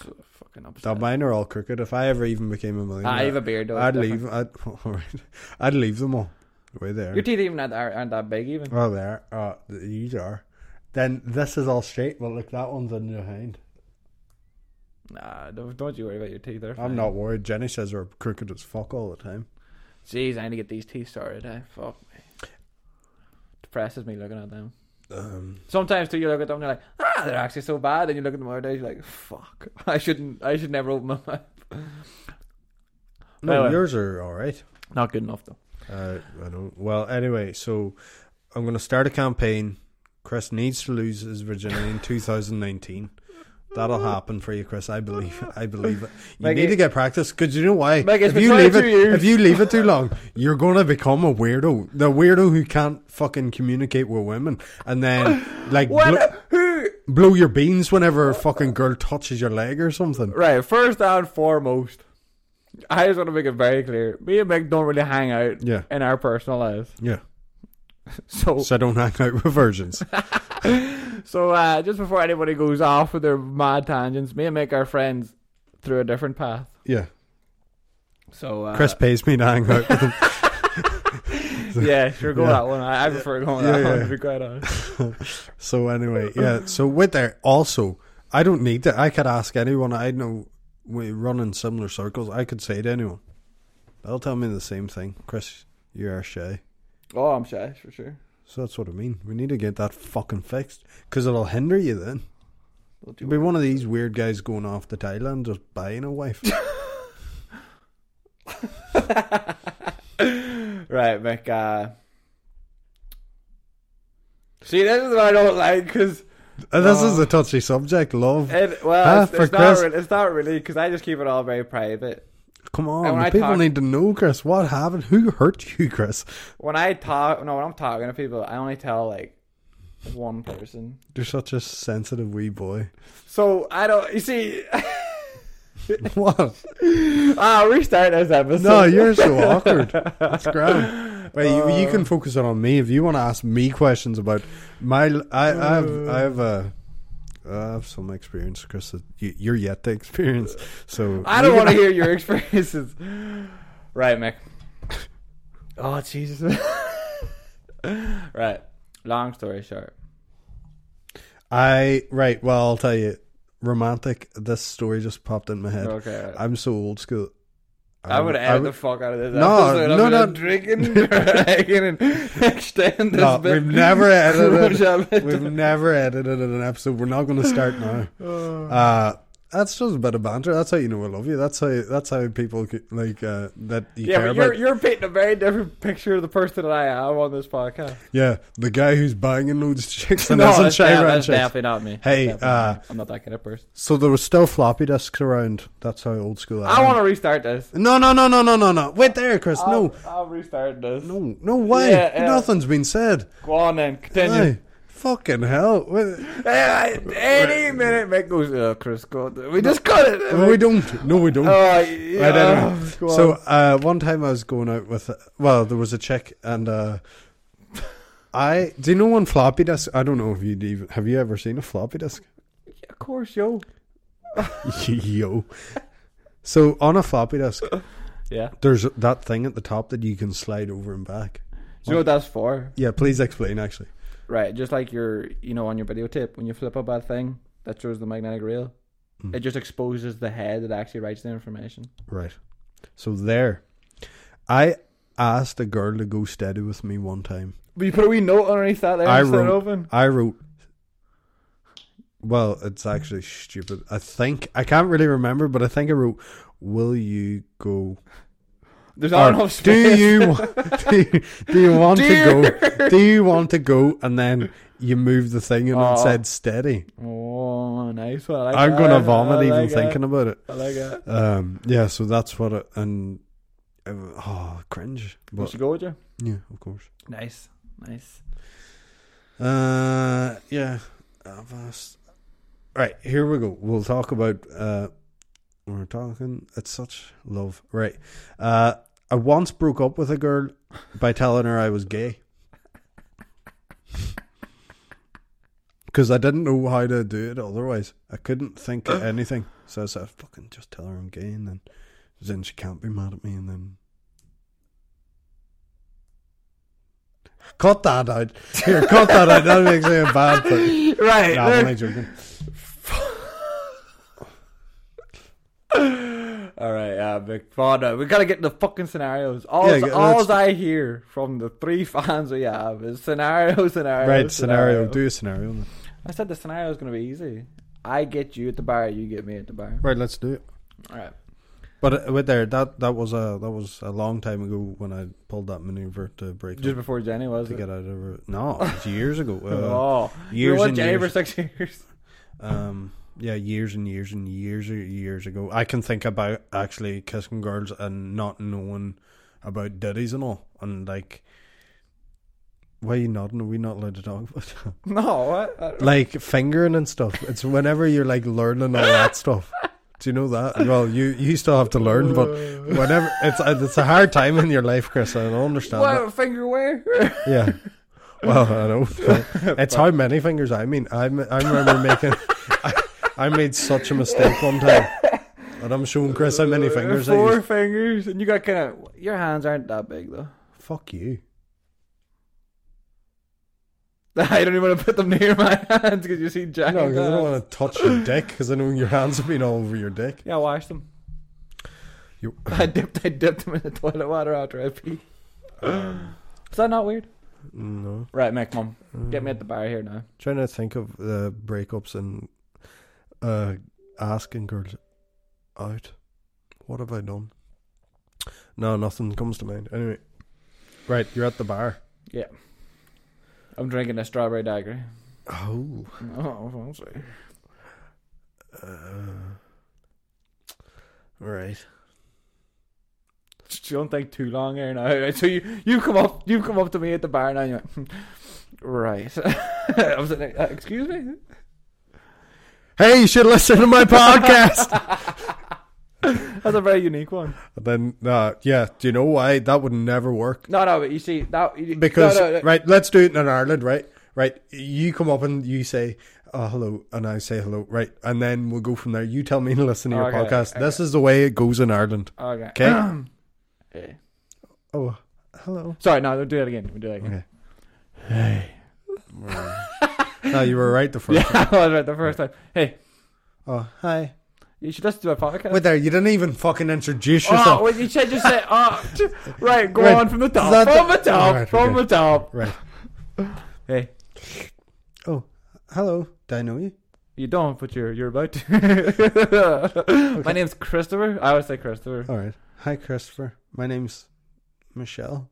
Speaker 2: So fucking
Speaker 1: Now,
Speaker 2: upset. Ah,
Speaker 1: mine are all crooked. If I ever even became a millionaire,
Speaker 2: I have a beard though. it's
Speaker 1: I'd
Speaker 2: different.
Speaker 1: leave. I'd, all right. I'd leave them all. The way they are.
Speaker 2: Your teeth even aren't, aren't that big even.
Speaker 1: Oh, they are. Oh, these are. Then this is all straight. Well, look, that one's in your hand.
Speaker 2: Nah, don't, don't you worry about your teeth. They're
Speaker 1: I'm
Speaker 2: fine.
Speaker 1: not worried. Jenny says they're crooked as fuck all the time.
Speaker 2: Jeez, I need to get these teeth sorted. Eh? Fuck me. Depresses me looking at them.
Speaker 1: Um,
Speaker 2: Sometimes too, you look at them, and you're like, ah, they're actually so bad. And you look at them other days, you're like, fuck, I shouldn't, I should never open my mouth.
Speaker 1: no,
Speaker 2: Anyway.
Speaker 1: yours are all right.
Speaker 2: Not good enough though.
Speaker 1: Uh, I don't. Well, anyway, so I'm going to start a campaign. Chris needs to lose his virginity in 2019. That'll happen for you, Chris. I believe. I believe it. You
Speaker 2: Maggie-
Speaker 1: need to get practice because you know why.
Speaker 2: Maggie, it's
Speaker 1: if
Speaker 2: been
Speaker 1: you leave
Speaker 2: 22
Speaker 1: it,
Speaker 2: years.
Speaker 1: if you leave it too long, you're going to become a weirdo. The weirdo who can't fucking communicate with women, and then like
Speaker 2: What?
Speaker 1: blo-
Speaker 2: who?
Speaker 1: blow your beans whenever a fucking girl touches your leg or something.
Speaker 2: Right, first and foremost, I just want to make it very clear. Me and Mick don't really hang out
Speaker 1: Yeah,
Speaker 2: in our personal lives,
Speaker 1: yeah.
Speaker 2: so
Speaker 1: So don't hang out with virgins.
Speaker 2: So uh, just before anybody goes off with their mad tangents, me and Mick are friends through a different path.
Speaker 1: Yeah,
Speaker 2: So uh,
Speaker 1: Chris pays me to hang out with him.
Speaker 2: yeah, sure, go
Speaker 1: Yeah.
Speaker 2: that one. I, I prefer going
Speaker 1: Yeah,
Speaker 2: that one
Speaker 1: yeah.
Speaker 2: to be quite honest.
Speaker 1: So anyway, yeah. So with there also, I don't need to. I could ask anyone. I know we run in similar circles. I could say to anyone, they'll tell me the same thing. Chris, you are shy.
Speaker 2: Oh, I'm shy for sure.
Speaker 1: So that's what I mean. We need to get that fucking fixed because it'll hinder you. Then
Speaker 2: We'll do
Speaker 1: you'll be one of these weird guys going off to Thailand just buying a wife.
Speaker 2: it. right, Mick. Uh... See, this is what I don't like because
Speaker 1: And this
Speaker 2: Oh. Eh,
Speaker 1: is a touchy subject, love.
Speaker 2: It, well,
Speaker 1: Huh?
Speaker 2: it's,
Speaker 1: Ah, For
Speaker 2: it's, not
Speaker 1: Chris?
Speaker 2: really, it's not really because I just keep it all very private.
Speaker 1: Come on,
Speaker 2: and when
Speaker 1: the
Speaker 2: I
Speaker 1: people
Speaker 2: talk-
Speaker 1: need to know, Chris. What happened? Who hurt you, Chris?
Speaker 2: When I talk, no, when I'm talking to people, I only tell like one person.
Speaker 1: You're such a sensitive wee boy.
Speaker 2: So I don't. You see,
Speaker 1: What?
Speaker 2: ah, restart this episode.
Speaker 1: No, you're so awkward. That's grand. Wait, you,
Speaker 2: Uh.
Speaker 1: you can focus in on me if you want to ask me questions about my. l- I, I have
Speaker 2: Uh.
Speaker 1: I have a. I have some experience, Chris. That you, you're yet to experience, so
Speaker 2: I don't want to hear your experiences. Right, Mick. Oh Jesus. right. Long story short.
Speaker 1: I right. Well, I'll tell you. Romantic. This story just popped in my head.
Speaker 2: Okay. right.
Speaker 1: I'm so old school.
Speaker 2: I, would edit
Speaker 1: I
Speaker 2: the fuck out of this
Speaker 1: No,
Speaker 2: episode. I'm
Speaker 1: no,
Speaker 2: gonna
Speaker 1: no.
Speaker 2: drink and dragging and extend this
Speaker 1: No,
Speaker 2: bit.
Speaker 1: we've never edited. it.
Speaker 2: Shove it.
Speaker 1: We've never edited an episode. We're not going to start now.
Speaker 2: Oh.
Speaker 1: Uh, that's just a bit of banter. That's how you know I love you. That's how. That's how people c- like uh, that you
Speaker 2: yeah,
Speaker 1: care
Speaker 2: but you're,
Speaker 1: about.
Speaker 2: you're painting a very different picture of the person that I am on this podcast.
Speaker 1: Yeah, the guy who's banging loads of chicks and doesn't
Speaker 2: that's,
Speaker 1: shy
Speaker 2: de-
Speaker 1: around
Speaker 2: that's
Speaker 1: chicks.
Speaker 2: definitely not me.
Speaker 1: Hey,
Speaker 2: That's definitely
Speaker 1: uh,
Speaker 2: not me. I'm not that kind of person.
Speaker 1: So there was still floppy disks around. That's how old school I,
Speaker 2: I
Speaker 1: am.
Speaker 2: want to restart this.
Speaker 1: No, no, no, no, no, no, no. Wait there, Chris. um, no,
Speaker 2: I'll, I'll restart this.
Speaker 1: no, no. Why?
Speaker 2: Uh, Yeah, yeah.
Speaker 1: Nothing's been said.
Speaker 2: Go on then, continue.
Speaker 1: Aye. Fucking hell. Wait-
Speaker 2: Hey, I- any minute, Mick goes, oh, Chris, go on. We just cut it.
Speaker 1: No, we don't. No, we don't.
Speaker 2: Oh, yeah.
Speaker 1: Right, anyway.
Speaker 2: Oh, go
Speaker 1: so
Speaker 2: on.
Speaker 1: uh, one time I was going out with well, there was a chick and uh, I do you know on floppy disk? I don't know if you would even have you ever seen a floppy disk?
Speaker 2: of course, yo.
Speaker 1: Yo. So on a floppy disk,
Speaker 2: Yeah.
Speaker 1: there's that thing at the top that you can slide over and back.
Speaker 2: Do you know what that's for?
Speaker 1: Yeah, please explain. Actually,
Speaker 2: Right, just like your, you know, on your videotape, when you flip up that thing that shows the magnetic reel,
Speaker 1: Hmm.
Speaker 2: it just exposes the head that actually writes the information.
Speaker 1: right. So there, I asked a girl to go steady with me one time.
Speaker 2: But you put a wee note underneath that there
Speaker 1: I
Speaker 2: and set it
Speaker 1: wrote-
Speaker 2: open.
Speaker 1: I wrote. Well, it's actually stupid. I think I can't really remember, but I think I wrote, "Will you go?"
Speaker 2: There's not
Speaker 1: or,
Speaker 2: enough
Speaker 1: do
Speaker 2: space.
Speaker 1: you wa- do you, do you want to go? Do you want to go? And then you move the thing, and
Speaker 2: Oh.
Speaker 1: it said steady.
Speaker 2: Oh, nice one. I like
Speaker 1: I'm
Speaker 2: that.
Speaker 1: gonna vomit
Speaker 2: I
Speaker 1: even
Speaker 2: like
Speaker 1: thinking
Speaker 2: That.
Speaker 1: about it.
Speaker 2: I like that.
Speaker 1: Um, yeah, so that's what. I, and uh, oh, cringe.
Speaker 2: Wants
Speaker 1: But
Speaker 2: to go with you?
Speaker 1: yeah, of course.
Speaker 2: Nice, nice.
Speaker 1: Uh, yeah. Avast. Right, here we go. We'll talk about uh we're talking it's such love. Right. Uh I once broke up with a girl by telling her I was gay. Cause I didn't know how to do it otherwise. I couldn't think of anything. So I said, fucking just tell her I'm gay and then then she can't be mad at me and then Cut that out. Here, cut that out. That makes me a bad thing.
Speaker 2: Right.
Speaker 1: No, I'm only joking.
Speaker 2: All right, uh, McFadden. We gotta get the fucking scenarios. All,
Speaker 1: Yeah, let's-
Speaker 2: all I hear from the three fans we have is scenario, scenario,
Speaker 1: Right, scenario. Do a scenario. then.
Speaker 2: I said the scenario is gonna be easy. I get you at the bar, you get me at the bar.
Speaker 1: Right, let's do it.
Speaker 2: All right.
Speaker 1: But uh, wait there, that that was a that was a long time ago when I pulled that maneuver to break
Speaker 2: Just
Speaker 1: up,
Speaker 2: before Jenny was
Speaker 1: to
Speaker 2: it?
Speaker 1: get out of it. No, it's years ago. Uh,
Speaker 2: oh, you were
Speaker 1: years
Speaker 2: with
Speaker 1: and
Speaker 2: Jenny
Speaker 1: years.
Speaker 2: for six years.
Speaker 1: um, yeah, years and years and years and years ago. I can think about actually kissing girls and not knowing about ditties and all, and like. Why are you nodding? Are we not allowed to talk about that?
Speaker 2: No, what? I don't-
Speaker 1: like fingering and stuff. It's whenever you're like learning all that stuff. Do you know that? Well, you you still have to learn, but whenever it's a- it's a hard time in your life, Chris. I don't understand.
Speaker 2: what finger where?
Speaker 1: It. Yeah. Well, I know. It's how many fingers I mean. I m- I remember making. I, I made such a mistake one time, and I'm showing Chris how many fingers I
Speaker 2: Four
Speaker 1: use.
Speaker 2: fingers, and you got kind of your hands aren't that big though.
Speaker 1: Fuck you.
Speaker 2: I don't even want to put them near my hands because you see Jack.
Speaker 1: No, because I don't want to touch your dick because I know your hands have been all over your dick.
Speaker 2: Yeah, wash them.
Speaker 1: You-
Speaker 2: I dipped, I dipped them in the toilet water after I pee. Is that not weird?
Speaker 1: No.
Speaker 2: Right, Mick, mum, get me at the bar here now.
Speaker 1: trying to think of the breakups and uh, asking girls out. What have I done? No, nothing comes to mind. Anyway, right, you're at the bar.
Speaker 2: I'm drinking a strawberry daiquiri.
Speaker 1: Oh.
Speaker 2: Oh, fancy.
Speaker 1: Uh, right.
Speaker 2: Don't think too long here now. So you you come up you come up to me at the bar now. And you're like, "Hmm, right. I was like, "Uh, excuse me.
Speaker 1: Hey, you should listen to my podcast.
Speaker 2: That's a very unique one.
Speaker 1: then, uh, yeah, do you know why that would never work?
Speaker 2: No, no, but you see that you-
Speaker 1: Because
Speaker 2: no, no, no.
Speaker 1: right, let's do it in Ireland, right? Right, you come up and you say, "Oh, hello," and I say, "Hello," right, and then we'll go from there. You tell me to listen to your
Speaker 2: Okay,
Speaker 1: podcast.
Speaker 2: okay.
Speaker 1: This is the way it goes in Ireland.
Speaker 2: Okay.
Speaker 1: Okay.
Speaker 2: Yeah.
Speaker 1: oh, hello.
Speaker 2: Sorry, no, don't do that again. We'll do that again.
Speaker 1: Okay. no, Ah, you were right the first. time.
Speaker 2: Yeah, I was right the first time. Hey,
Speaker 1: Oh, hi.
Speaker 2: you should listen to my podcast.
Speaker 1: Wait there, you didn't even fucking introduce yourself.
Speaker 2: oh, wait, you should just say, oh, t- right, go
Speaker 1: Right.
Speaker 2: on from the top,
Speaker 1: Is that
Speaker 2: from
Speaker 1: the-
Speaker 2: the, top,
Speaker 1: Alright,
Speaker 2: from
Speaker 1: okay.
Speaker 2: the top.
Speaker 1: Right.
Speaker 2: Hey,
Speaker 1: Oh, hello. Do I know you?
Speaker 2: you don't, but you're you're about to. My name's Christopher. I always say Christopher.
Speaker 1: All right. Hi, Christopher. My name's Michelle.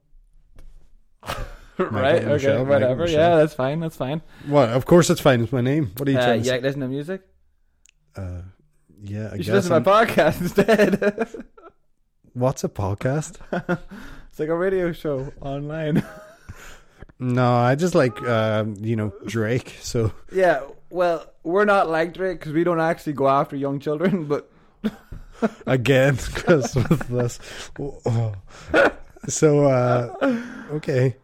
Speaker 2: right?
Speaker 1: Michelle,
Speaker 2: Okay,
Speaker 1: Michael
Speaker 2: whatever.
Speaker 1: Michelle.
Speaker 2: Yeah, that's fine. That's fine.
Speaker 1: Well, of course it's fine. It's my name. What are you
Speaker 2: Uh,
Speaker 1: trying to
Speaker 2: yeah, listen to music.
Speaker 1: say? Uh, yeah, I
Speaker 2: you should
Speaker 1: guess.
Speaker 2: listen to
Speaker 1: I'm-
Speaker 2: my podcast instead.
Speaker 1: What's a podcast?
Speaker 2: it's like a radio show online.
Speaker 1: no, I just like, um, you know, Drake. So,
Speaker 2: yeah, well, we're not like Drake because we don't actually go after young children, but
Speaker 1: again, because with this. Oh. So, uh, okay.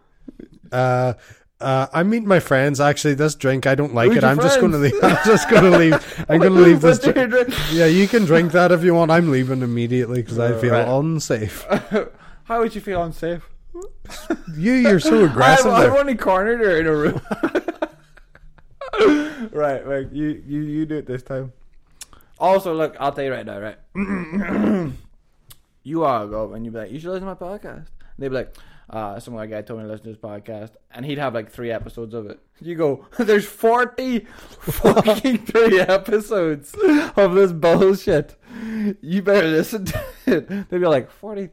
Speaker 1: Uh, uh, I'm meeting my friends. Actually, this drink I don't like
Speaker 2: Who's
Speaker 1: it.
Speaker 2: your
Speaker 1: I'm just going to
Speaker 2: friends?
Speaker 1: leave. I'm just going to leave. I'm going to leave this.
Speaker 2: But
Speaker 1: Drink.
Speaker 2: dear Drake-
Speaker 1: Yeah, you can drink that if you want. I'm leaving immediately because I
Speaker 2: Uh,
Speaker 1: feel
Speaker 2: right.
Speaker 1: unsafe.
Speaker 2: How would you feel unsafe?
Speaker 1: You, you're so
Speaker 2: I've,
Speaker 1: aggressive.
Speaker 2: I've
Speaker 1: there.
Speaker 2: only cornered her in a room. right, like you, you, you do it this time. Also, look, I'll tell you right now, right? you all go and you'd be like, you should listen to my podcast. And they'd be like, uh, some white guy told me to listen to his podcast, and he'd have like three episodes of it. You go, there's 40 fucking three episodes of this bullshit. You better listen to it. They'd be like, 40.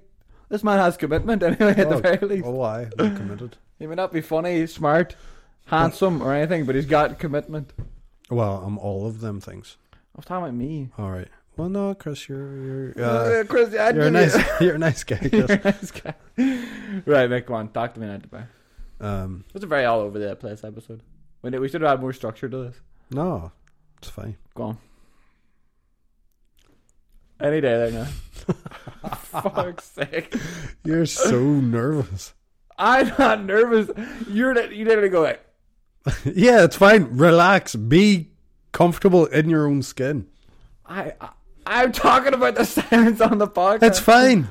Speaker 2: This man has commitment anyway, at the
Speaker 1: Oh,
Speaker 2: very least.
Speaker 1: Oh, why? I'm committed.
Speaker 2: He may not be funny, smart, handsome, or anything, but he's got commitment. I
Speaker 1: Well, I'm all of them things.
Speaker 2: was talking about me.
Speaker 1: All right. Well, no, Chris, you're you're uh,
Speaker 2: Uh, Chris, I'd
Speaker 1: you're a
Speaker 2: give
Speaker 1: nice
Speaker 2: you-
Speaker 1: you're a nice guy,
Speaker 2: you're
Speaker 1: Chris.
Speaker 2: a nice guy. Right, Mick, come on, talk to me now, Dubai. It
Speaker 1: Um,
Speaker 2: was a very all over the place episode. We, we should have had more structure to this.
Speaker 1: no, it's fine.
Speaker 2: Go on. Any day there now. Fuck's sake.
Speaker 1: You're so nervous.
Speaker 2: I'm not nervous. You're that you didn't go like
Speaker 1: yeah, it's fine. Relax. Be comfortable in your own skin.
Speaker 2: I, I I'm talking about the silence on the podcast.
Speaker 1: It's fine.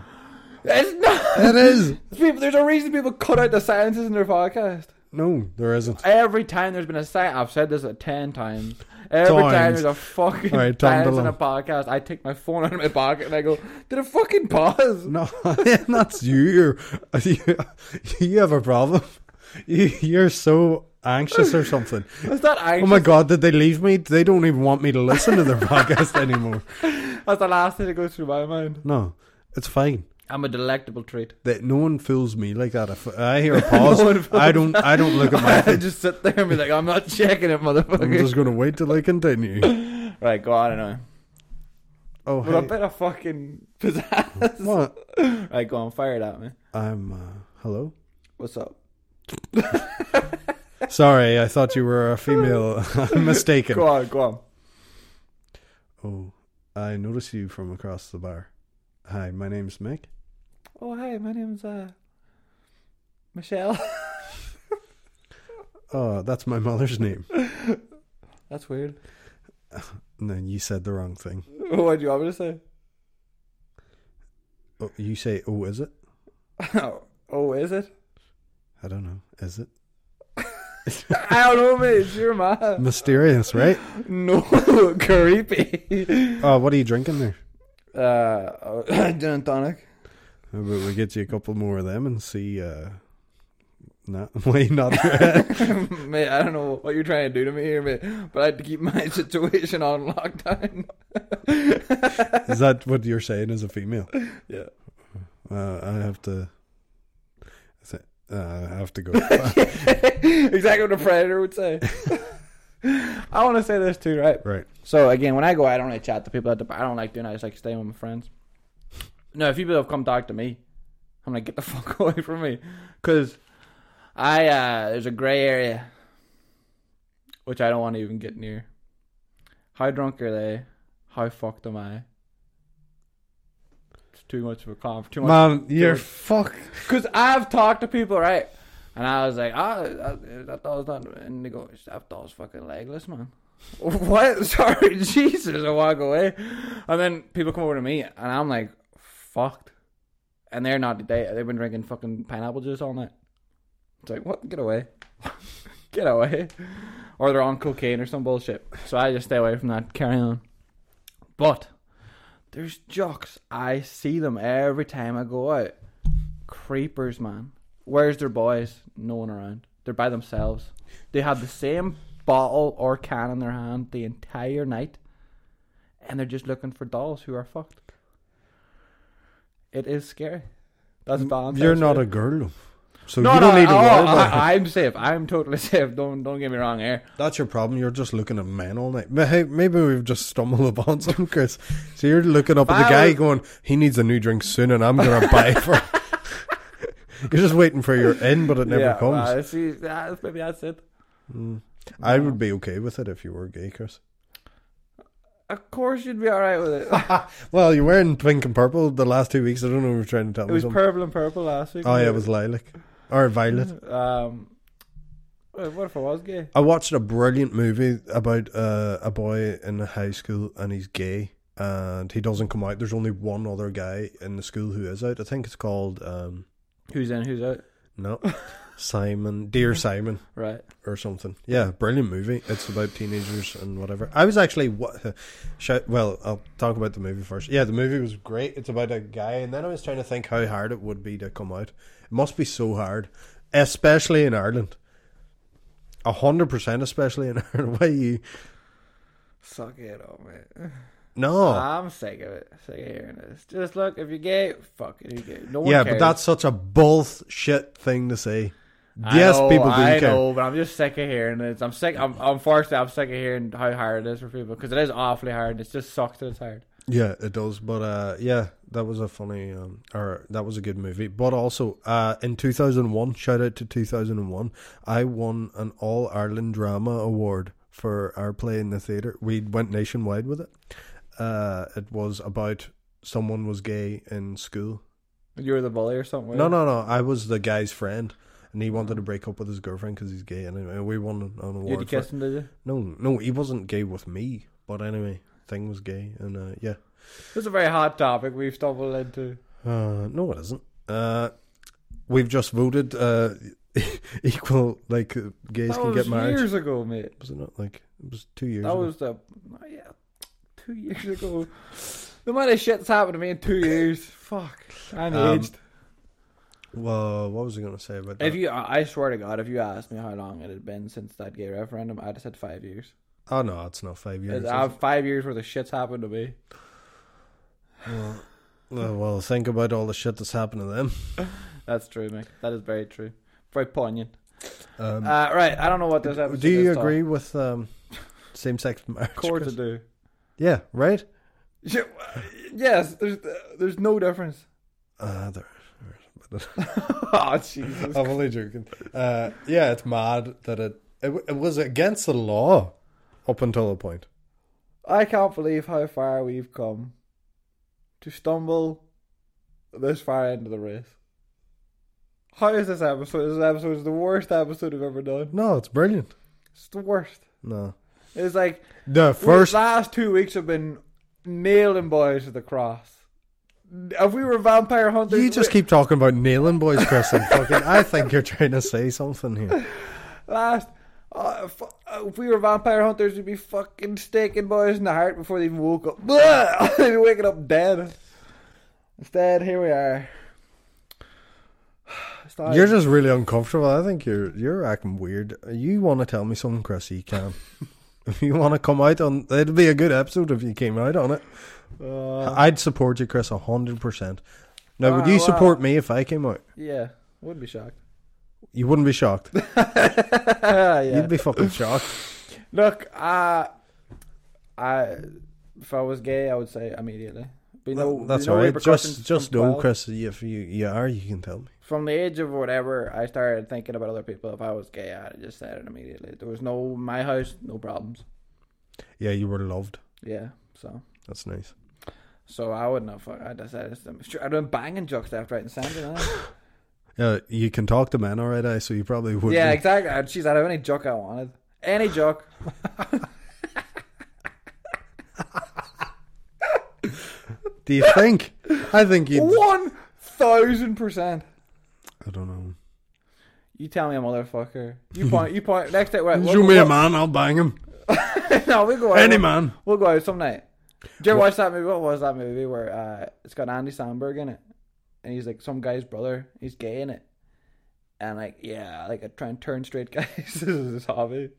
Speaker 2: it's not
Speaker 1: It is.
Speaker 2: People, there's a reason people cut out the silences in their podcast.
Speaker 1: No, there isn't.
Speaker 2: Every time there's been a silence, I've said this like ten times. Every time
Speaker 1: Times.
Speaker 2: there's a fucking
Speaker 1: All right, time to
Speaker 2: silence in a
Speaker 1: laugh.
Speaker 2: podcast, I take my phone out of my pocket and I go, "Did it fucking pause?"
Speaker 1: No, that's you. You're, you. You have a problem. You, you're so anxious or something.
Speaker 2: Is that
Speaker 1: Oh
Speaker 2: anxious?
Speaker 1: my god, did they leave me? They don't even want me to listen to their podcast anymore.
Speaker 2: That's the last thing that goes through my mind.
Speaker 1: No, it's fine.
Speaker 2: I'm a delectable treat.
Speaker 1: That no one fools me like that. If I hear a pause,
Speaker 2: one fools-
Speaker 1: I don't. I don't look at my.
Speaker 2: I
Speaker 1: phone.
Speaker 2: just sit there and be like, "I'm not checking it,
Speaker 1: I'm
Speaker 2: motherfucker."
Speaker 1: just gonna wait till I continue.
Speaker 2: Right, go on and on.
Speaker 1: Oh,
Speaker 2: With a
Speaker 1: hey,
Speaker 2: bit of fucking pizzazz.
Speaker 1: what?
Speaker 2: Right, go on, fire it at me.
Speaker 1: I'm. Uh, hello.
Speaker 2: What's up?
Speaker 1: Sorry, I thought you were a female. I'm mistaken.
Speaker 2: Go on, go on.
Speaker 1: Oh, I notice you from across the bar. Hi, my name's Mick.
Speaker 2: Oh hi, my name's uh Michelle.
Speaker 1: Oh, that's my mother's name.
Speaker 2: That's weird.
Speaker 1: And then you said the wrong thing.
Speaker 2: What do you want me to say?
Speaker 1: Oh, you say, oh, is it?
Speaker 2: oh, is it?
Speaker 1: I don't know. Is it
Speaker 2: I don't know, mate. It's your man.
Speaker 1: mysterious? Right.
Speaker 2: No, creepy.
Speaker 1: Oh, what are you drinking there?
Speaker 2: Uh, uh, gin and tonic.
Speaker 1: How about we get you a couple more of them and see? uh No, wait, not.
Speaker 2: mate, I don't know what you're trying to do to me here, mate, but I had to keep my situation on lockdown.
Speaker 1: is that what you're saying as a female?
Speaker 2: Yeah.
Speaker 1: Uh, I have to. I thi- Uh, I have to go.
Speaker 2: exactly what a predator would say. I want to say this too, right?
Speaker 1: Right.
Speaker 2: So again, when I go, I don't really chat to people at the bar. I don't like doing. That. I just like staying with my friends. No, if people have come talk to me, I'm like, get the fuck away from me, because I uh, there's a gray area which I don't want to even get near. How drunk are they? How fucked am I? It's too much of a conf. Too much.
Speaker 1: Man, you're fuck.
Speaker 2: Because I've talked to people, right? And I was like, ah, that, that dog's not. And they go, that dog's fucking legless, man. what? Sorry, Jesus. I walk away. And then people come over to me, and I'm like, fucked. And they're not today. They've been drinking fucking pineapple juice all night. It's like, what? Get away. Get away. Or they're on cocaine or some bullshit. So I just stay away from that. Carry on. But there's jocks. I see them every time I go out. Creepers, man. Where's their boys? No one around. They're by themselves. They have the same bottle or can in their hand the entire night, and they're just looking for dolls who are fucked. It is scary. That's bad.
Speaker 1: You're not a girl, though. so
Speaker 2: No,
Speaker 1: you
Speaker 2: no,
Speaker 1: don't need to
Speaker 2: oh,
Speaker 1: worry about it.
Speaker 2: I, I'm safe. I'm totally safe. Don't don't get me wrong eh? here.
Speaker 1: That's your problem. You're just looking at men all night. But hey, maybe we've just stumbled upon some, Chris. So you're looking up at the
Speaker 2: I
Speaker 1: guy
Speaker 2: was-
Speaker 1: going, "He needs a new drink soon, and I'm gonna buy for." you're just waiting for your in, but it never
Speaker 2: yeah,
Speaker 1: comes.
Speaker 2: well, see, that's- maybe that's it.
Speaker 1: I would be okay with it if you were gay, Chris.
Speaker 2: Of course, you'd be all right with it.
Speaker 1: Well, you're wearing pink and purple the last two weeks. I don't know if you're trying to tell
Speaker 2: It
Speaker 1: me
Speaker 2: was
Speaker 1: something.
Speaker 2: purple and purple last week.
Speaker 1: oh yeah, it was lilac or violet.
Speaker 2: Um, wait, what if I was gay?
Speaker 1: I watched a brilliant movie about uh, a boy in high school and he's gay and he doesn't come out. There's only one other guy in the school who is out. I think it's called um,
Speaker 2: Who's in? Who's out?
Speaker 1: no Simon, Dear Simon
Speaker 2: Right.
Speaker 1: or something. Yeah, brilliant movie. It's about teenagers and whatever. I was actually what? Shout, well, I'll talk about the movie first. Yeah, the movie was great. It's about a guy, and then I was trying to think how hard it would be to come out. It must be so hard, especially in Ireland. A hundred percent, especially in Ireland. Why you?
Speaker 2: Suck it up, man.
Speaker 1: No.
Speaker 2: I'm sick of it. Sick of hearing this. Just look, if you're gay, fuck it, you're gay. No one
Speaker 1: yeah,
Speaker 2: cares.
Speaker 1: but that's such a bullshit thing to say.
Speaker 2: I
Speaker 1: yes,
Speaker 2: know,
Speaker 1: people do
Speaker 2: I
Speaker 1: care.
Speaker 2: know, but I'm just sick of hearing this. I'm sick. I'm unfortunately, I'm sick of hearing how hard it is for people because it is awfully hard. It just sucks that it's hard.
Speaker 1: Yeah, it does. But uh, yeah, that was a funny, um, or that was a good movie. But also, uh, in 2001, shout out to 2001, I won an All Ireland Drama Award for our play in the theatre. We went nationwide with it. Uh, it was about someone was gay in school.
Speaker 2: You were the bully or something.
Speaker 1: No, no, no. I was the guy's friend. And he wanted to break up with his girlfriend because he's gay. And anyway, we won an award.
Speaker 2: You had to
Speaker 1: for it.
Speaker 2: kiss him, did you?
Speaker 1: No, no, he wasn't gay with me. But anyway, thing was gay, and uh, yeah,
Speaker 2: This is a very hot topic we've stumbled into.
Speaker 1: uh, no, it isn't. Uh, we've just voted uh, equal, like uh, gays
Speaker 2: That
Speaker 1: can
Speaker 2: was
Speaker 1: get married.
Speaker 2: years ago, mate.
Speaker 1: Was it not like it was two years?
Speaker 2: That
Speaker 1: ago?
Speaker 2: was the oh, yeah, two years ago. The amount of shit's happened to me in two years. Fuck, I'm
Speaker 1: Um,
Speaker 2: aged.
Speaker 1: Well, what was I going to say about that?
Speaker 2: If you, I I swear to God, if you asked me how long it had been since that gay referendum, I'd have said five years.
Speaker 1: oh no, it's not five years.
Speaker 2: It's-
Speaker 1: is
Speaker 2: I
Speaker 1: it?
Speaker 2: have five years worth of shit's happened to me.
Speaker 1: Well, uh, well, think about all the shit that's happened to them.
Speaker 2: That's true, mate. That is very true. Very poignant.
Speaker 1: Um,
Speaker 2: Uh, right, I don't know what this episode.
Speaker 1: do you
Speaker 2: is
Speaker 1: agree with um, same-sex marriage?
Speaker 2: Of course, I
Speaker 1: Chris?
Speaker 2: do.
Speaker 1: Yeah, right.
Speaker 2: Yeah, Yes, there's there's no difference.
Speaker 1: Uh, there.
Speaker 2: oh Jesus!
Speaker 1: I'm only joking. Uh, yeah, it's mad that it, it w- it was against the law up until a point.
Speaker 2: I can't believe how far we've come to stumble this far into the race. How is this episode? This episode is the worst episode I've ever done.
Speaker 1: No, it's brilliant.
Speaker 2: It's the worst.
Speaker 1: No,
Speaker 2: It's like
Speaker 1: the
Speaker 2: first
Speaker 1: first
Speaker 2: last two weeks have been nailing boys to the cross. If we were vampire hunters,
Speaker 1: you just
Speaker 2: we-
Speaker 1: keep talking about nailing boys, Chris. And fucking, I think you're trying to say something here.
Speaker 2: last. Uh, if, uh, if we were vampire hunters, we'd be fucking staking boys in the heart before they even woke up. They'd be waking up dead. Instead, here we are. It's not-
Speaker 1: You're just really uncomfortable. I think you're you're acting weird. You want to tell me something, Chris? You can. if you want to come out on, it'd be a good episode if you came out on it.
Speaker 2: Uh,
Speaker 1: I'd support you, Chris, hundred percent. Now, would
Speaker 2: Wow,
Speaker 1: you
Speaker 2: wow.
Speaker 1: support me if I came out?
Speaker 2: yeah, wouldn't be shocked.
Speaker 1: You wouldn't be shocked.
Speaker 2: yeah.
Speaker 1: You'd be fucking shocked.
Speaker 2: Look, uh, I if I was gay, I would say immediately. But you know-
Speaker 1: that's
Speaker 2: you know
Speaker 1: all right.
Speaker 2: repercussions
Speaker 1: Just, just
Speaker 2: from
Speaker 1: know,
Speaker 2: 12?
Speaker 1: Chris. If you, you are, you can tell me.
Speaker 2: From the age of whatever, I started thinking about other people. If I was gay, I'd have just said it immediately. There was no my house, no problems.
Speaker 1: Yeah, you were loved.
Speaker 2: Yeah, so
Speaker 1: That's nice.
Speaker 2: so I wouldn't have. fuck- I'd have said it. I'm sure I'd have been banging jokes left, right, and center. eh?
Speaker 1: Yeah, Uh, you can talk to men, all right, I. So you probably would.
Speaker 2: yeah,
Speaker 1: be.
Speaker 2: exactly. I'd- Jeez, I'd have any joke I wanted. Any joke.
Speaker 1: Do you think? I think you.
Speaker 2: One thousand percent.
Speaker 1: I don't know.
Speaker 2: You tell me a motherfucker. You point. You point. Next day, we're
Speaker 1: Show me a man, I'll bang him.
Speaker 2: no, we go out.
Speaker 1: Any man.
Speaker 2: We'll go out some night. Did you ever watch that movie? What was that movie where uh, it's got Andy Samberg in it, and he's like some guy's brother. He's gay in it, and like yeah, like I try and turn straight guys. this is his hobby.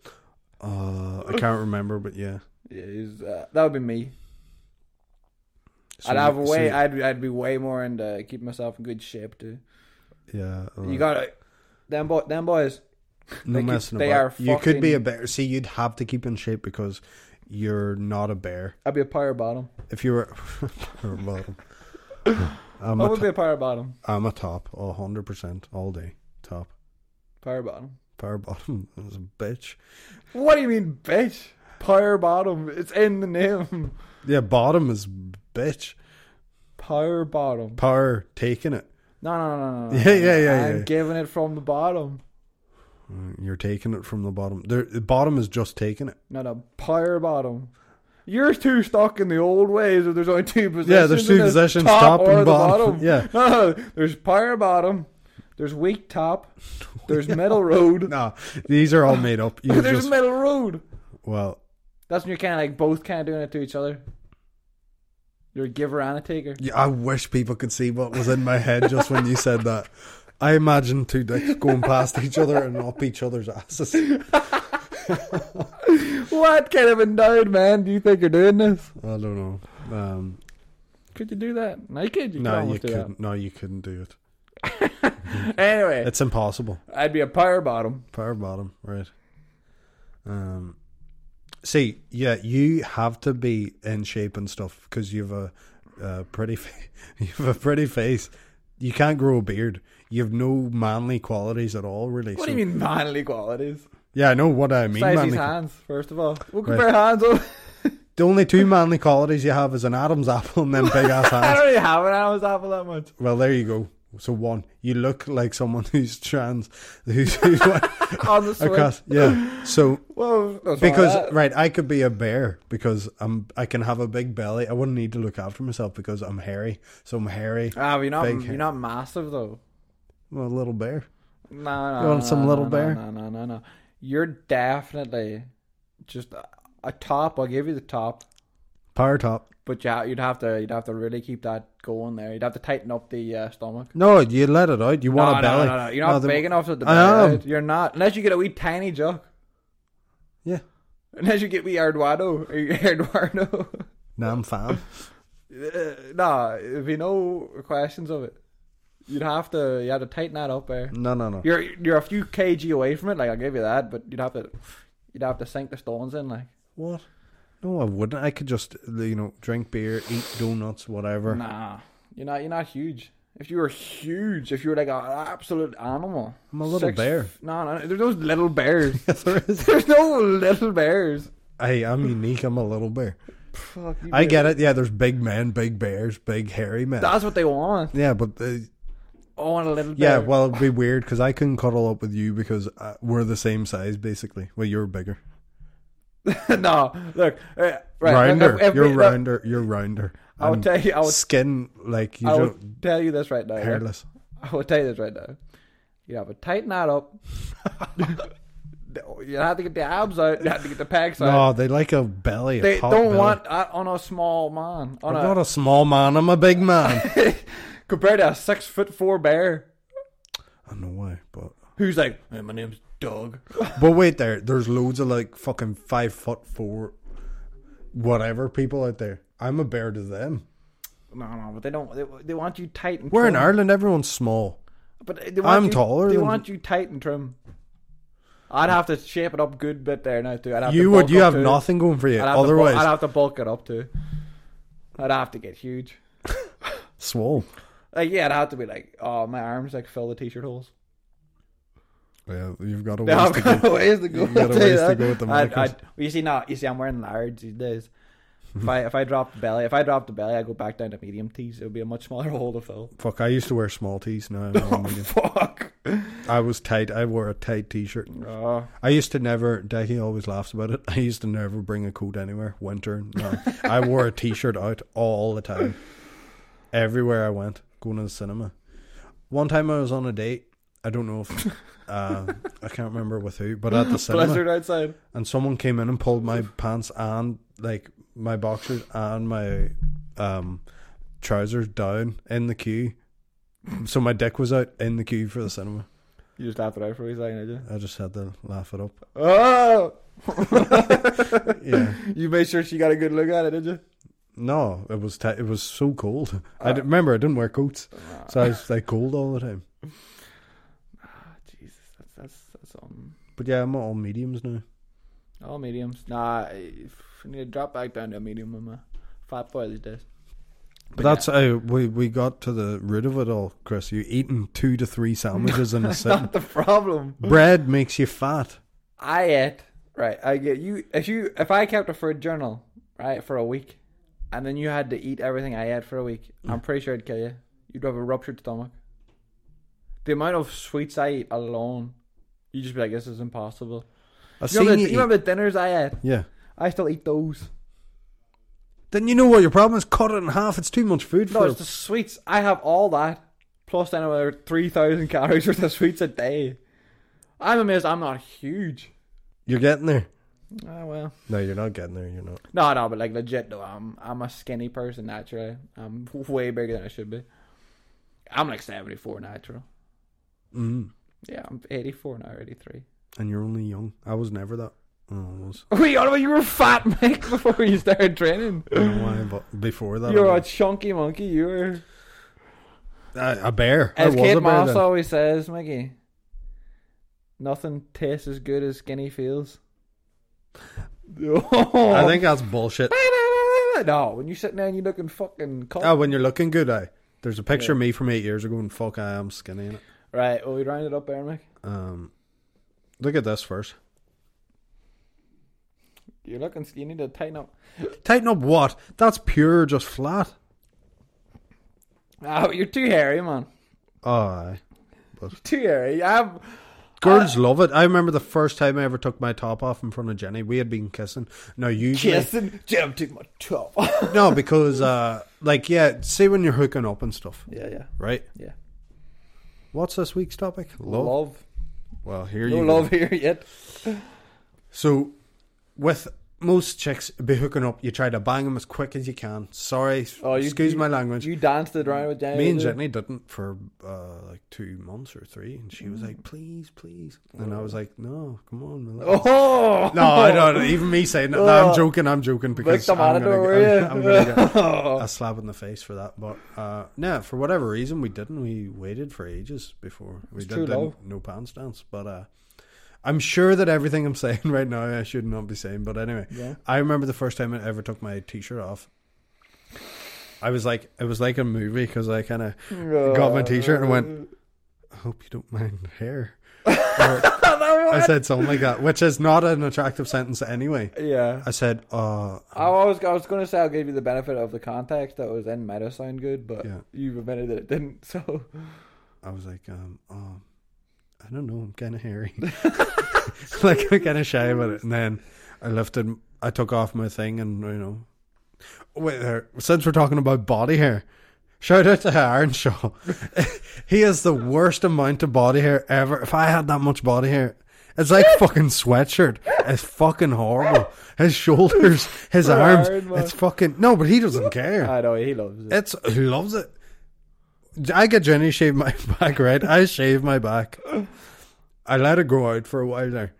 Speaker 1: Uh, I can't remember, but yeah.
Speaker 2: Yeah, he's, uh, that would be me.
Speaker 1: So
Speaker 2: I'd have a
Speaker 1: you- so
Speaker 2: way.
Speaker 1: you-
Speaker 2: I'd I'd be way more into keeping myself in good shape too.
Speaker 1: yeah.
Speaker 2: You got to Them boy, them boys.
Speaker 1: no
Speaker 2: they could-
Speaker 1: messing
Speaker 2: they
Speaker 1: about.
Speaker 2: are
Speaker 1: you could be a
Speaker 2: fucking-
Speaker 1: bear. See, you'd have to keep in shape because you're not a bear.
Speaker 2: I'd be a power bottom.
Speaker 1: If you were, or bottom. I'm,
Speaker 2: I
Speaker 1: a
Speaker 2: would
Speaker 1: to-
Speaker 2: be a power bottom.
Speaker 1: I'm a top, a hundred percent all day. Top,
Speaker 2: Power bottom.
Speaker 1: power bottom is a bitch.
Speaker 2: What do you mean, bitch? Power bottom. It's in the name.
Speaker 1: Yeah, bottom is bitch.
Speaker 2: Power bottom.
Speaker 1: Power taking it.
Speaker 2: No, no, no, no. no.
Speaker 1: Yeah, yeah, yeah,
Speaker 2: I'm
Speaker 1: yeah.
Speaker 2: giving it from the bottom.
Speaker 1: Mm, You're taking it from the bottom. There, the bottom is just taking it.
Speaker 2: Not a power bottom. You're too stuck in the old ways. If there's only two positions,
Speaker 1: Yeah, there's two
Speaker 2: and
Speaker 1: positions, top,
Speaker 2: or
Speaker 1: and
Speaker 2: the
Speaker 1: bottom. Yeah.
Speaker 2: No, no, there's power bottom. There's weak top. There's middle road.
Speaker 1: Nah, these are all made up. You
Speaker 2: there's
Speaker 1: just
Speaker 2: middle road.
Speaker 1: well,
Speaker 2: That's when you're kind of like both kind of doing it to each other. You're a giver and a taker.
Speaker 1: Yeah, I wish people could see what was in my head just when you said that. I imagine two dicks going past each other and up each other's asses. I
Speaker 2: What kind of endowed man do you think you're doing this?
Speaker 1: don't know. Um,
Speaker 2: Could you do that? No, you could. You
Speaker 1: no,
Speaker 2: could
Speaker 1: you
Speaker 2: almost do
Speaker 1: couldn't. No, you couldn't do it.
Speaker 2: that. Anyway,
Speaker 1: It's impossible.
Speaker 2: I'd be a power bottom.
Speaker 1: Power bottom, right? Um, see, yeah, you have to be in shape and stuff because you've a, a pretty, fa- you've a pretty face. You can't grow a beard. You have no manly qualities at all, really.
Speaker 2: What
Speaker 1: So-
Speaker 2: do you mean manly qualities?
Speaker 1: Yeah, I know what I mean.
Speaker 2: Size
Speaker 1: manly
Speaker 2: these
Speaker 1: qualities.
Speaker 2: hands, first of all. We'll
Speaker 1: Right.
Speaker 2: compare hands. Over.
Speaker 1: The only two manly qualities you have is an Adam's apple and them big ass
Speaker 2: I
Speaker 1: hands.
Speaker 2: don't really have an Adam's apple that much.
Speaker 1: Well, there you go. So one, you look like someone who's trans, who's, who's what,
Speaker 2: On the switch.
Speaker 1: across. Yeah. So
Speaker 2: Well,
Speaker 1: because right, I could be a bear because I'm I can have a big belly. I wouldn't need to look after myself because I'm hairy. So I'm hairy.
Speaker 2: Ah, but you're not
Speaker 1: Big
Speaker 2: you're not massive though.
Speaker 1: I'm a little bear.
Speaker 2: No, no.
Speaker 1: You want
Speaker 2: no,
Speaker 1: some
Speaker 2: no,
Speaker 1: little
Speaker 2: no,
Speaker 1: bear?
Speaker 2: No, no, no, no. You're definitely just a, a top. I'll give you the top,
Speaker 1: Power top.
Speaker 2: but you ha- you'd have to you'd have to really keep that going there. You'd have to tighten up the uh, stomach.
Speaker 1: No, you let it out. You
Speaker 2: No,
Speaker 1: want a
Speaker 2: no,
Speaker 1: belly.
Speaker 2: no, no, You're not
Speaker 1: the-
Speaker 2: big enough to the
Speaker 1: I
Speaker 2: belly.
Speaker 1: am.
Speaker 2: out. You're not unless you get a wee tiny jock.
Speaker 1: Yeah.
Speaker 2: Unless you get wee Arduado or your Eduardo.
Speaker 1: Nah, I'm fine.
Speaker 2: Uh, nah, if you know questions of it, you'd have to you have to tighten that up there.
Speaker 1: No, no, no.
Speaker 2: You're you're a few kg away from it. Like I'll give you that, but you'd have to you'd have to sink the stones in. Like
Speaker 1: What? No, I wouldn't. I could just you know drink beer, eat donuts, whatever.
Speaker 2: nah, you're not you're not huge. If you were huge, if you were like an absolute animal,
Speaker 1: I'm a little
Speaker 2: six-
Speaker 1: bear.
Speaker 2: No, no, there's those little bears.
Speaker 1: there is.
Speaker 2: there's no little bears.
Speaker 1: Hey, I'm unique. I'm a little bear.
Speaker 2: Fuck, you
Speaker 1: I
Speaker 2: bear.
Speaker 1: get it. Yeah, there's big men, big bears, big hairy men.
Speaker 2: That's what they want.
Speaker 1: yeah, but uh,
Speaker 2: I want a little
Speaker 1: yeah,
Speaker 2: bear.
Speaker 1: well, it'd be weird because I couldn't cuddle up with you because uh, we're the same size basically. Well, you're bigger,
Speaker 2: no, look, uh, right,
Speaker 1: rounder.
Speaker 2: look, if- if
Speaker 1: you're
Speaker 2: we- look,
Speaker 1: rounder. You're rounder.
Speaker 2: I will
Speaker 1: And
Speaker 2: tell you, I will,
Speaker 1: skin like you
Speaker 2: I will
Speaker 1: don't
Speaker 2: tell you this right now. yeah?
Speaker 1: hairless.
Speaker 2: I will tell you this right now. You have to tighten that up. you have to get the abs out. You have to get the pecs out.
Speaker 1: No, Oh, they like a belly. a
Speaker 2: they
Speaker 1: pot
Speaker 2: don't
Speaker 1: belly.
Speaker 2: want that on a small man. On
Speaker 1: I'm
Speaker 2: a,
Speaker 1: not a small man. I'm a big man.
Speaker 2: compared to a six foot four bear
Speaker 1: I know why, but
Speaker 2: who's like, hey, my name's Doug.
Speaker 1: But wait, there, there's loads of like fucking five foot four, whatever people out there. I'm a bear to them.
Speaker 2: No, no, but they don't. They, they want you tight and.
Speaker 1: We're in
Speaker 2: trim.
Speaker 1: Ireland. Everyone's small.
Speaker 2: But they want
Speaker 1: I'm
Speaker 2: you,
Speaker 1: taller
Speaker 2: They
Speaker 1: than-
Speaker 2: want you tight and trim. I'd have to shape it up good bit there now too. I'd have to
Speaker 1: you would.
Speaker 2: bulk
Speaker 1: You
Speaker 2: up
Speaker 1: have
Speaker 2: too.
Speaker 1: nothing going for you.
Speaker 2: I'd have to bul-
Speaker 1: Otherwise,
Speaker 2: I'd have to bulk it up too. I'd have to get huge.
Speaker 1: swole.
Speaker 2: Like yeah, I'd have to be like, oh, my arms like fill the t-shirt holes.
Speaker 1: Yeah, you've got a
Speaker 2: Yeah,
Speaker 1: ways
Speaker 2: I've
Speaker 1: to go.
Speaker 2: got a ways to go.
Speaker 1: You got a
Speaker 2: I'll tell you
Speaker 1: ways to
Speaker 2: that.
Speaker 1: go with the
Speaker 2: I'd-
Speaker 1: Michaels.
Speaker 2: I'd- well, you see now, you see, I'm wearing large these days. If I if I drop the belly, if I drop the belly, I go back down to medium tees. It'll be a much smaller hole to fill.
Speaker 1: Fuck, I used to wear small tees. Now I'm on medium.
Speaker 2: Fuck.
Speaker 1: I was tight. I wore a tight t-shirt.
Speaker 2: Oh,
Speaker 1: I used to never. Decky always laughs about it. I used to never bring a coat anywhere. Winter, no. I wore a t-shirt out all the time, everywhere I went. Going to the cinema. One time I was on a date. I don't know if uh, I can't remember with who, but at the cinema,
Speaker 2: blizzard outside.
Speaker 1: and someone came in and pulled my pants and like my boxers and my um trousers down in the queue. So my dick was out in the queue for the cinema.
Speaker 2: You just laughed it out for a second, did you?
Speaker 1: I just had to laugh it up.
Speaker 2: Oh,
Speaker 1: Yeah.
Speaker 2: you made sure she got a good look at it, did you?
Speaker 1: No, it was t- it was so cold.
Speaker 2: Uh,
Speaker 1: I d- remember I didn't wear coats, so I was like cold all the time.
Speaker 2: Ah, Jesus, that's that's that's um,
Speaker 1: But yeah, I'm all mediums now.
Speaker 2: all mediums. Nah, I I need to drop back down to a medium on my fat boy these days.
Speaker 1: But that's how we we got to the root of it all, Chris. You eating two to three sandwiches in a sitting.
Speaker 2: not the problem.
Speaker 1: Bread makes you fat.
Speaker 2: I ate right. I get you if you if I kept a food journal right for a week, and then you had to eat everything I ate for a week. I'm pretty sure it'd kill you. You'd have a ruptured stomach. The amount of sweets I eat alone, you would just be like, this is impossible.
Speaker 1: I've
Speaker 2: You remember,
Speaker 1: seen
Speaker 2: the,
Speaker 1: you.
Speaker 2: you
Speaker 1: eat-
Speaker 2: remember the dinners I ate?
Speaker 1: yeah.
Speaker 2: I still eat those.
Speaker 1: Then you know what your problem is. Cut it in half. It's too much food
Speaker 2: No,
Speaker 1: for
Speaker 2: it's the sweets. I have all that plus then another three thousand calories worth of sweets a day. I'm amazed. I'm not huge.
Speaker 1: You're getting there.
Speaker 2: Ah well.
Speaker 1: No, you're not getting there. You're not.
Speaker 2: No, no, but like legit though, I'm I'm a skinny person naturally. I'm way bigger than I should be. I'm like 74 natural.
Speaker 1: Mm.
Speaker 2: Yeah, I'm 84 now, 83.
Speaker 1: And you're only young. I was never that. Oh, I was.
Speaker 2: Wait, Oliver, you were fat, Mike, before you started training.
Speaker 1: I don't know why, but before that,
Speaker 2: You
Speaker 1: I
Speaker 2: were a
Speaker 1: was
Speaker 2: chunky monkey. You were.
Speaker 1: a, a bear. I
Speaker 2: As
Speaker 1: was
Speaker 2: Kate
Speaker 1: a bear.
Speaker 2: Moss
Speaker 1: Then.
Speaker 2: always says, Mickey, nothing tastes as good as skinny feels.
Speaker 1: I
Speaker 2: I
Speaker 1: think that's bullshit.
Speaker 2: No, when you're sitting there and you're looking fucking cut.
Speaker 1: Oh, when you're looking good, I there's a picture of me from eight years ago, and fuck, I am skinny. innit?
Speaker 2: Right, well, we round it up there, Mike.
Speaker 1: Um, look at this first.
Speaker 2: You're looking skinny to tighten up.
Speaker 1: Tighten up what? That's pure, just flat.
Speaker 2: Oh, you're too hairy, man.
Speaker 1: Oh, aye.
Speaker 2: Too hairy. I'm,
Speaker 1: girls love it. I remember the first time I ever took my top off in front of Jenny. We had been kissing. Now usually,
Speaker 2: kissing. Jim took my top. yeah,
Speaker 1: no, because uh, like yeah, see when you're hooking up and stuff,
Speaker 2: yeah,
Speaker 1: right?
Speaker 2: yeah.
Speaker 1: What's this week's topic? Love.
Speaker 2: Love.
Speaker 1: Well, here
Speaker 2: No
Speaker 1: you
Speaker 2: love
Speaker 1: go.
Speaker 2: here yet.
Speaker 1: So, with most chicks be hooking up, you try to bang them as quick as you can. Sorry,
Speaker 2: Oh, you-
Speaker 1: excuse
Speaker 2: you-
Speaker 1: my language.
Speaker 2: You danced it around with Jenny.
Speaker 1: Me and
Speaker 2: didn't
Speaker 1: Jenny didn't for uh, like two months or three, and she was like, "Please, please," and I was like, "No, come on."
Speaker 2: you?
Speaker 1: relax."
Speaker 2: Oh!
Speaker 1: No, I don't. Even me saying that. No,
Speaker 2: Oh.
Speaker 1: I'm joking. I'm joking because
Speaker 2: Victim
Speaker 1: I'm
Speaker 2: Matador,
Speaker 1: gonna,
Speaker 2: were
Speaker 1: get,
Speaker 2: you?
Speaker 1: I'm, I'm gonna get a slap in the face for that. But uh, no, for whatever reason, we didn't. We waited for ages before we
Speaker 2: It's
Speaker 1: did
Speaker 2: true
Speaker 1: the
Speaker 2: love.
Speaker 1: no pants dance. But uh, I'm sure that everything I'm saying right now, I should not be saying. But anyway,
Speaker 2: Yeah.
Speaker 1: I remember the first time I ever took my t-shirt off. I was like, it was like a movie because I kind of got my t-shirt and went, I hope you don't mind hair. Or- I said something like that, which is not an attractive sentence anyway.
Speaker 2: Yeah.
Speaker 1: I said, uh,
Speaker 2: I was, I was going to say I'll give you the benefit of the context that was in might have sound good, but
Speaker 1: Yeah.
Speaker 2: you admitted that it didn't, so.
Speaker 1: I was like, um, um, I don't know, I'm kind of hairy. like, I'm kind of shy about it. And then I lifted, I took off my thing and, you know, wait there. Since we're talking about body hair, shout out to Earnshaw. he has the worst amount of body hair ever. If I had that much body hair, it's like fucking sweatshirt. It's fucking horrible. His shoulders, his arms,
Speaker 2: Iron Man.
Speaker 1: it's fucking, no, but he doesn't care.
Speaker 2: I know, he loves it.
Speaker 1: It's he loves it. I get Jenny to shave my back, right? I shave my back. I let it grow out for a while there,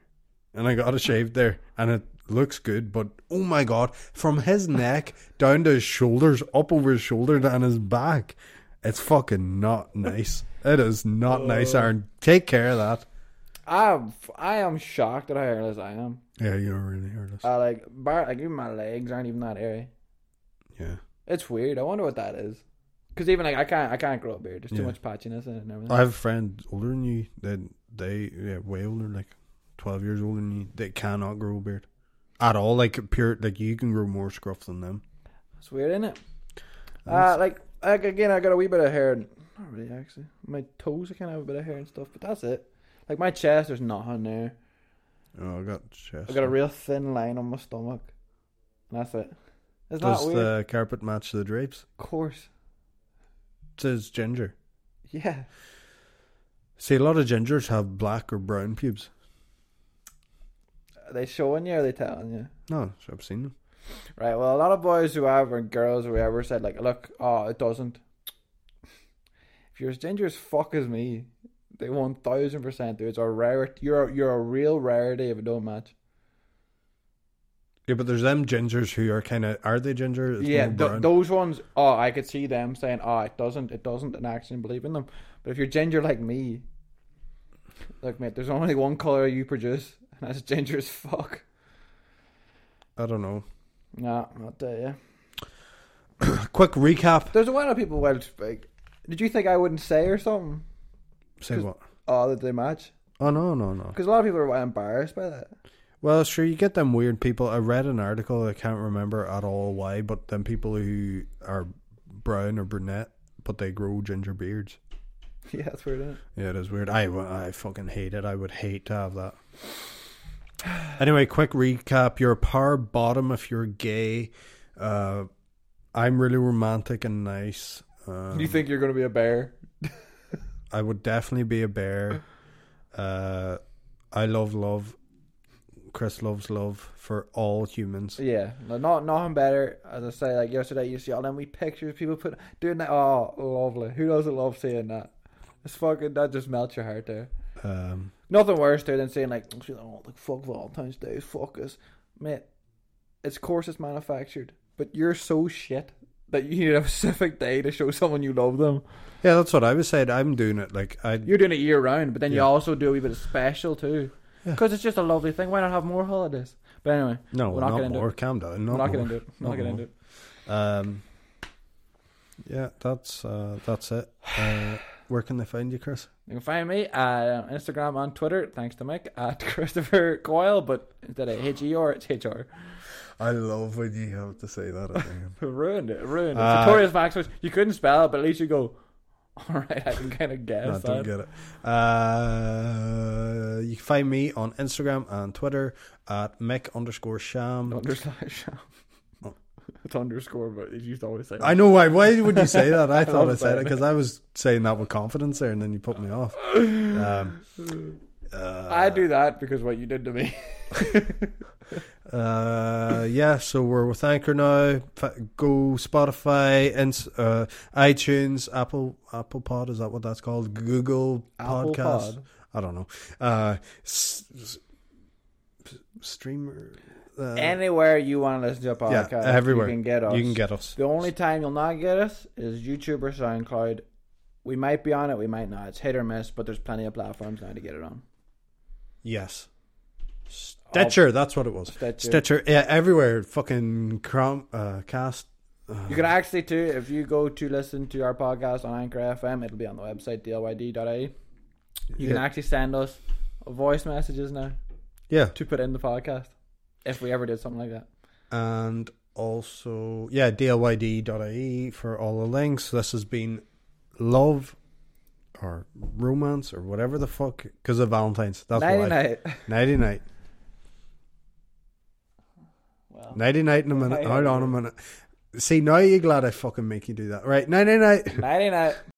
Speaker 1: and I got it shaved there, and it looks good. But oh my god, from his neck down to his shoulders, up over his shoulder and his back, it's fucking not nice. It is not nice, Aaron. Take care of that.
Speaker 2: I'm, I am shocked at how hairless I am.
Speaker 1: Yeah, you're really hairless.
Speaker 2: I like, bar, like even my legs aren't even that hairy.
Speaker 1: yeah.
Speaker 2: It's weird. I wonder what that is. Because even like I can't, I can't grow a beard. There's too
Speaker 1: Yeah.
Speaker 2: much patchiness in it and everything.
Speaker 1: I have a friend older than you. That they yeah, way older, like twelve years older than you. They cannot grow a beard at all. Like pure, like you can grow more scruff than them.
Speaker 2: It's weird, isn't it? Uh, like, like again, I got a wee bit of hair. Not really, actually. My toes, I kind of have a bit of hair and stuff, but that's it. Like my chest, there's nothing there.
Speaker 1: Oh, I got chest.
Speaker 2: I got a real thin line on my stomach, and that's it. Isn't
Speaker 1: Does
Speaker 2: that weird?
Speaker 1: the carpet match the drapes?
Speaker 2: Of course,
Speaker 1: It says ginger.
Speaker 2: yeah.
Speaker 1: See, a lot of gingers have black or brown pubes.
Speaker 2: Are they showing you? Or are they telling you?
Speaker 1: No, I've seen them.
Speaker 2: Right. Well, a lot of boys who have or girls or whatever said like, "Look, oh, it doesn't." If you're as ginger as fuck as me, they one thousand percent dudes are rare. You're a- you're a real rarity if it don't match.
Speaker 1: Yeah, but there's them gingers who are kind of are they ginger? It's
Speaker 2: yeah,
Speaker 1: more
Speaker 2: th-
Speaker 1: brown.
Speaker 2: those ones. Oh, I could see them saying, "Oh, it doesn't, it doesn't," and actually believe in them. But if you're ginger like me, look, mate, there's only one color you produce, and that's ginger as fuck.
Speaker 1: I don't know.
Speaker 2: Nah, I'll tell you.
Speaker 1: Quick recap.
Speaker 2: There's a lot of people well like, Did you think I wouldn't say or something?
Speaker 1: Say what?
Speaker 2: Oh, that they match.
Speaker 1: Oh no, no, no.
Speaker 2: Because a lot of people are embarrassed by that.
Speaker 1: Well, sure, you get them weird people. I read an article, I can't remember at all why, but them people who are brown or brunette, but they grow ginger beards.
Speaker 2: Yeah, that's weird, isn't it?
Speaker 1: Yeah, it is weird. I, I fucking hate it. I would hate to have that. Anyway, quick recap. You're a power bottom if you're gay. Uh, I'm really romantic and nice. Um,
Speaker 2: you think you're going to be a bear?
Speaker 1: I would definitely be a bear. Uh, I love love. Chris loves love for all humans.
Speaker 2: Yeah, no, not nothing better. As I say, like yesterday, you see all them wee pictures people put doing that. Oh, lovely. Who doesn't love seeing that? It's fucking that just melts your heart there.
Speaker 1: Um,
Speaker 2: Nothing worse there than saying like, oh, like fuck Valentine's Day, fuck us, mate. It's course it's manufactured, but you're so shit that you need a specific day to show someone you love them.
Speaker 1: Yeah, that's what I was saying. I'm doing it like I.
Speaker 2: You're doing it year round, but then you
Speaker 1: Yeah.
Speaker 2: also do a wee bit of special too,
Speaker 1: Yeah.
Speaker 2: because it's just a lovely thing. Why not have more holidays? But anyway,
Speaker 1: No,
Speaker 2: We're
Speaker 1: we're
Speaker 2: not
Speaker 1: not,
Speaker 2: gonna do
Speaker 1: more. Calm down. Not
Speaker 2: we're not
Speaker 1: more.
Speaker 2: gonna do it. We're not
Speaker 1: Not
Speaker 2: gonna
Speaker 1: more.
Speaker 2: do it.
Speaker 1: Um, yeah, that's uh, that's it. Uh, where can they find you, Chris?
Speaker 2: You can find me at um, Instagram and Twitter, thanks to Mick, at Christopher Coyle, but instead of H-E-R, it's H-R.
Speaker 1: I love when you have to say that.
Speaker 2: Ruined it, ruined it.
Speaker 1: Uh,
Speaker 2: Victoria's Maxwell, you couldn't spell it, but at least you go, alright, I can kind of guess
Speaker 1: I don't
Speaker 2: that.
Speaker 1: get it. Uh, you can find me on Instagram and Twitter at Mick underscore Sham.
Speaker 2: Underslash.
Speaker 1: Oh.
Speaker 2: it's underscore, but you used to always say
Speaker 1: I know why. Why would you say that? I thought I
Speaker 2: was
Speaker 1: said it
Speaker 2: saying it.
Speaker 1: because I was saying that with confidence there, and then you put me off. Um, uh,
Speaker 2: I do that because what you did to me.
Speaker 1: Uh, yeah, so we're with Anchor now. Fa- Go Spotify and uh, iTunes, Apple Apple Pod is that what that's called? Google
Speaker 2: Apple
Speaker 1: Podcast.
Speaker 2: Pod.
Speaker 1: I don't know. Uh, s- s- streamer. Uh,
Speaker 2: Anywhere you want to listen to a podcast,
Speaker 1: everywhere.
Speaker 2: you can get us.
Speaker 1: you can get us.
Speaker 2: The only time you'll not get us is YouTube or SoundCloud. We might be on it, we might not. It's hit or miss, but there's plenty of platforms now to get it on.
Speaker 1: Yes. Stitcher, that's what it was.
Speaker 2: Stitcher.
Speaker 1: Stitcher, yeah, everywhere. Fucking Chrome, uh, Cast.
Speaker 2: You can actually too, if you go to listen to our podcast on Anchor FM, it'll be on the website dlyd.ie. E. You can
Speaker 1: Yeah.
Speaker 2: actually send us voice messages now
Speaker 1: Yeah,
Speaker 2: to put in the podcast if we ever did something like that.
Speaker 1: and also yeah dlyd.ie E for all the links this has been love or romance or whatever the fuck because of valentine's that's
Speaker 2: Nighty
Speaker 1: why
Speaker 2: night.
Speaker 1: nighty night
Speaker 2: Well,
Speaker 1: nighty night in a minute
Speaker 2: Nighty
Speaker 1: hold on a minute see now you're glad i fucking make you do that right nighty night
Speaker 2: nighty night.